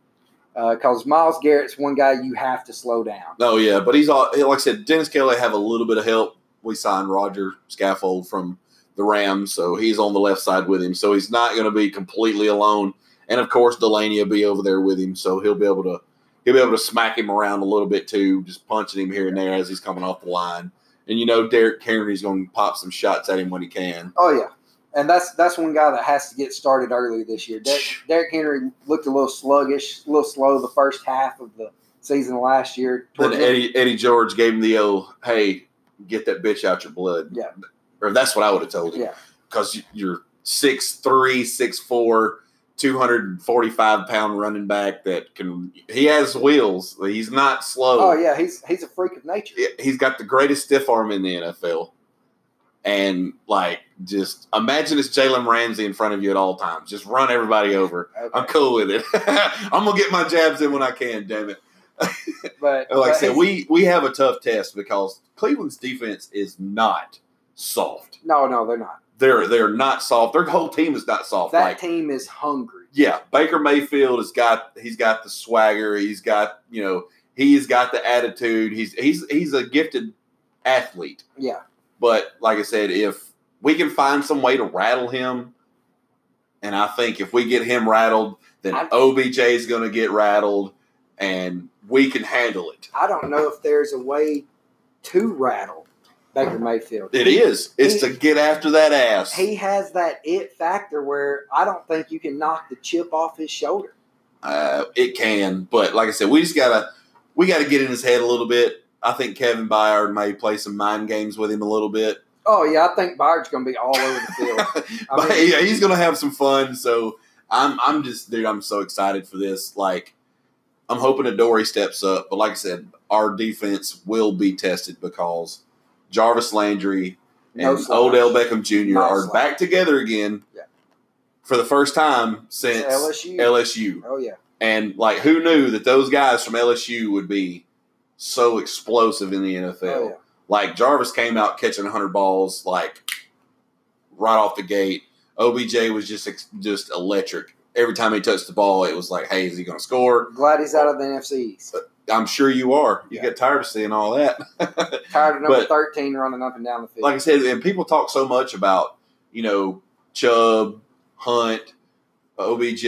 Because Miles Garrett's one guy you have to slow down.
No, yeah, but he's all like I said. Dennis Kelly have a little bit of help. We signed Roger Scaffold from the Rams, so he's on the left side with him. So he's not going to be completely alone. And of course, Delaney will be over there with him, so he'll be able to he'll be able to smack him around a little bit too, just punching him here and there as he's coming off the line. And you know, Derek Carnery's going to pop some shots at him when he can.
Oh yeah, and that's that's one guy that has to get started early this year. Derek, Derrick Henry looked a little sluggish, a little slow the first half of the season last year.
Then
Towards the-
Eddie Eddie George gave him the old, "Hey, get that bitch out your blood."
Yeah.
or that's what I would have told him.
yeah,
because you're six three, six four, two hundred and forty five pound running back that can. He has wheels. He's not slow.
oh yeah, he's he's a freak of nature.
He's got the greatest stiff arm in the NFL. And like, just imagine it's Jalen Ramsey in front of you at all times. Just run everybody over.
Okay.
I'm cool with it. I'm gonna get my jabs in when I can. Damn it.
But
Like I
but
said,
it's-
we we have a tough test because Cleveland's defense is not soft.
no, no, they're not.
They're they're not soft. Their whole team is not soft.
That
like
team is hungry.
yeah, Baker Mayfield has got he's got the swagger. He's got you know he's got the attitude. He's he's he's a gifted athlete.
Yeah,
But like I said, if we can find some way to rattle him, and I think if we get him rattled, then
I-
OBJ is going to get rattled, and we can handle it.
I don't know if there's a way to rattle Baker Mayfield.
It is. It's to get after that ass.
He has that it factor where I don't think you can knock the chip off his shoulder.
Uh, it can, but like I said, we just gotta we gotta get in his head a little bit. I think Kevin Byard may play some mind games with him a little bit.
Oh yeah, I think Byard's going to be all over the field.
but
mean-
yeah, he's gonna have some fun. So I'm I'm just dude, I'm so excited for this. Like I'm hoping Adoree steps up, but like I said, our defense will be tested because Jarvis Landry
No
and
slouch.
Odell Beckham Jr.
No
are
slouch.
back together again
Yeah.
for the first time since
LSU.
LSU.
oh yeah,
And like, who knew that those guys from LSU would be so explosive in the NFL?
oh yeah.
Like Jarvis came out catching 100 balls like right off the gate. OBJ was just ex- just electric. Every time he touched the ball, it was like, "Hey, is he going to score?"
Glad he's out of the NFC East.
I'm sure you are. You
Yeah.
get tired of seeing all that.
Tired of number
But-
thirteen running up and down the field.
like I said, and people talk so much about you know Chubb, Hunt, OBJ,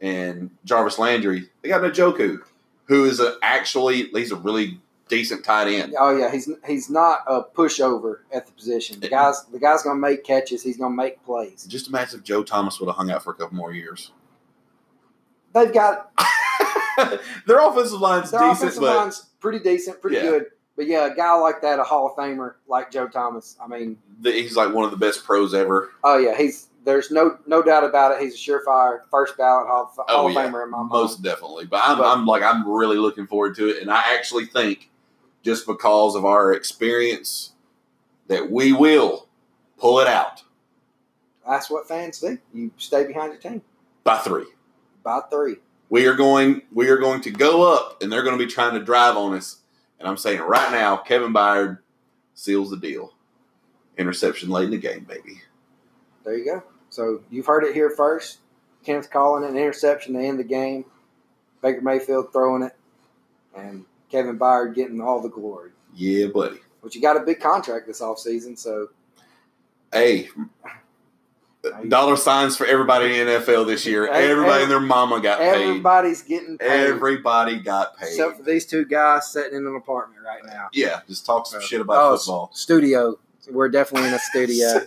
and Jarvis Landry. They got Njoku, who is a, actually he's a really decent tight end.
Oh yeah, he's he's not a pushover at the position. The guys the guy's gonna make catches. He's gonna make plays.
Just imagine if Joe Thomas would have hung out for a couple more years.
They've got
Their offensive line's
their
decent,
offensive
but
line's pretty decent, pretty
Yeah.
good. But yeah, a guy like that, a Hall of Famer like Joe Thomas. I mean,
the, he's like one of the best pros ever.
oh yeah, he's there's no no doubt about it. He's a surefire first ballot Hall, of-
Oh,
Hall
yeah.
of Famer in my mind.
Most definitely. But I'm,
But-
I'm like, I'm really looking forward to it. And I actually think just because of our experience that we will pull it out
That's what fans do. You stay behind your team
by three.
by three.
We are going, we are going to go up and they're going to be trying to drive on us. And I'm saying right now, Kevin Byard seals the deal. Interception late in the game, baby.
There you go. So you've heard it here first. Kenneth calling an interception to end the game. Baker Mayfield throwing it, and Kevin Byard getting all the glory.
Yeah, buddy.
But you got a big contract this offseason, so
Hey, dollar signs for everybody in the NFL this year.
Hey,
Everybody
hey,
and their mama got paid.
everybody's getting paid,
Everybody got paid.
except for these two guys sitting in an apartment right now.
Yeah, just talk some
So-
shit about
Oh,
football.
Studio. We're definitely in a studio.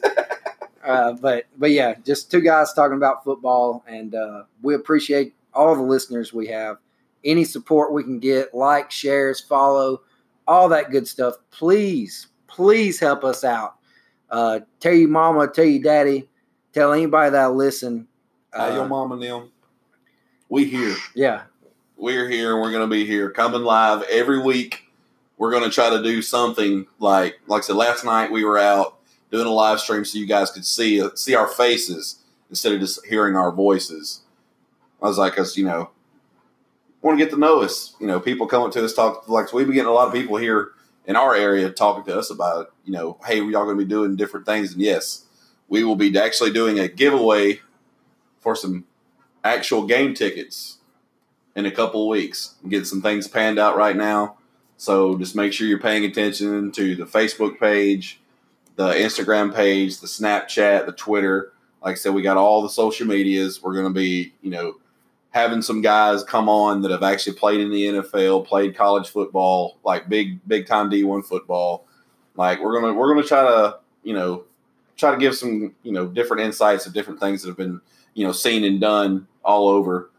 uh, but but yeah, just two guys talking about football, and uh, we appreciate all the listeners we have. Any support we can get, like, shares, follow, all that good stuff. Please, please help us out. Uh, tell your mama, tell your daddy, tell anybody that I listen.
Hi, your
Uh,
mom and them. We here.
yeah,
We're here and we're gonna be here. Coming live every week. We're gonna try to do something like like I said last night we were out doing a live stream so you guys could see uh, see our faces instead of just hearing our voices. I was like, cause you know, want to get to know us. You know, people coming to us talk like we be getting a lot of people here in our area talking to us about you know, hey, we all gonna be doing different things, and yes, we will be actually doing a giveaway for some actual game tickets in a couple of weeks. Getting some things panned out right now. So just make sure you're paying attention to the Facebook page, the Instagram page, the Snapchat, the Twitter. Like I said, we got all the social medias. We're going to be, you know, having some guys come on that have actually played in the NFL, played college football, like big big time D1 football. Like we're going to we're going to try to, you know, try to give some, you know, different insights of different things that have been you know seen and done all over.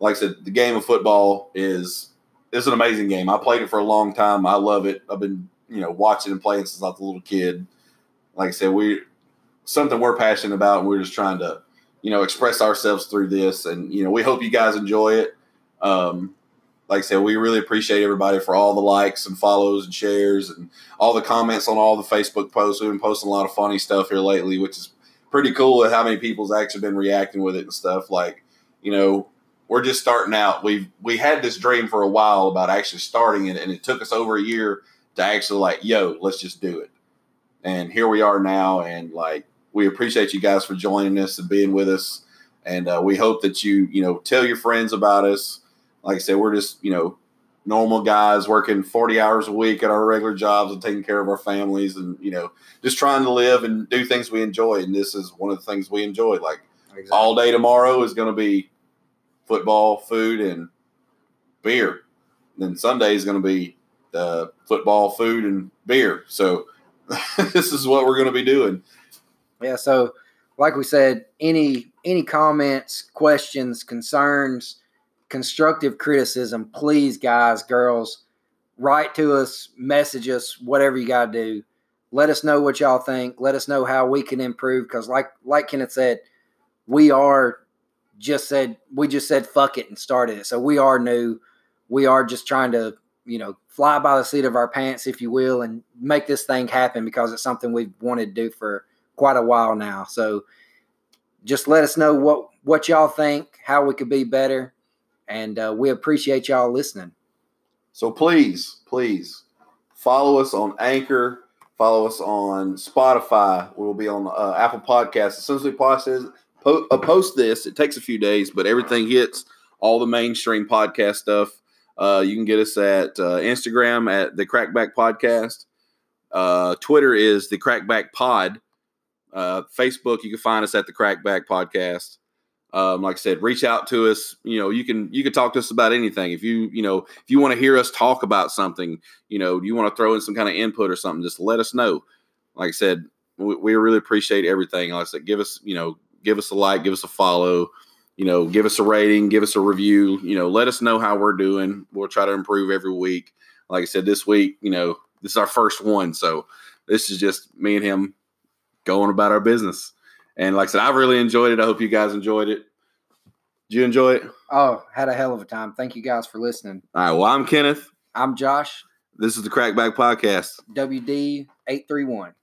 Like I said, the game of football is is an amazing game. I played it for a long time. I love it. I've been you know watching and playing since I was a little kid. Like I said, we something we're passionate about, and we're just trying to you know express ourselves through this. And you know we hope you guys enjoy it. Um, like I said, we really appreciate everybody for all the likes and follows and shares and all the comments on all the Facebook posts. We've been posting a lot of funny stuff here lately, which is pretty cool at how many people's actually been reacting with it and stuff. Like, you know, we're just starting out. We've we had this dream for a while about actually starting it, and it took us over a year to actually like, yo, let's just do it. And here we are now, and like we appreciate you guys for joining us and being with us, and uh, we hope that you you know tell your friends about us. Like I said, we're just you know normal guys working 40 hours a week at our regular jobs and taking care of our families and you know just trying to live and do things we enjoy and this is one of the things we enjoy like
Exactly.
all day tomorrow is going to be football, food, and beer. And then Sunday is going to be uh, football, food, and beer. So this is what we're going to be doing.
yeah so like we said any any comments questions concerns constructive criticism please guys girls write to us message us whatever you got to do let us know what y'all think let us know how we can improve because like like kenneth said we are just said we just said fuck it and started it so we are new we are just trying to you know fly by the seat of our pants if you will and make this thing happen because it's something we've wanted to do for quite a while now. So just let us know what what y'all think, how we could be better, and uh, we appreciate y'all listening.
So please, please follow us on Anchor. Follow us on Spotify. We'll be on uh, Apple Podcasts. As soon as we post this, po- uh, post this, it takes a few days, but everything hits all the mainstream podcast stuff. Uh, you can get us at uh, Instagram at the Crackback Podcast. Uh, Twitter is the Crackback Pod. Uh, Facebook, you can find us at the Crackback Podcast. Um, like I said, reach out to us. You know, you can you can talk to us about anything. If you you know if you want to hear us talk about something, you know, you want to throw in some kind of input or something, just let us know. Like I said, we, we really appreciate everything. Like I said, give us you know give us a like, give us a follow, you know, give us a rating, give us a review. You know, let us know how we're doing. We'll try to improve every week. Like I said, this week, you know, this is our first one, so this is just me and him going about our business. And like I said, I really enjoyed it. I hope you guys enjoyed it. Did you enjoy it?
Oh, had a hell of a time. Thank you guys for listening.
All right. Well, I'm Kenneth.
I'm Josh
This is the Crackback Podcast.
WD eight three one.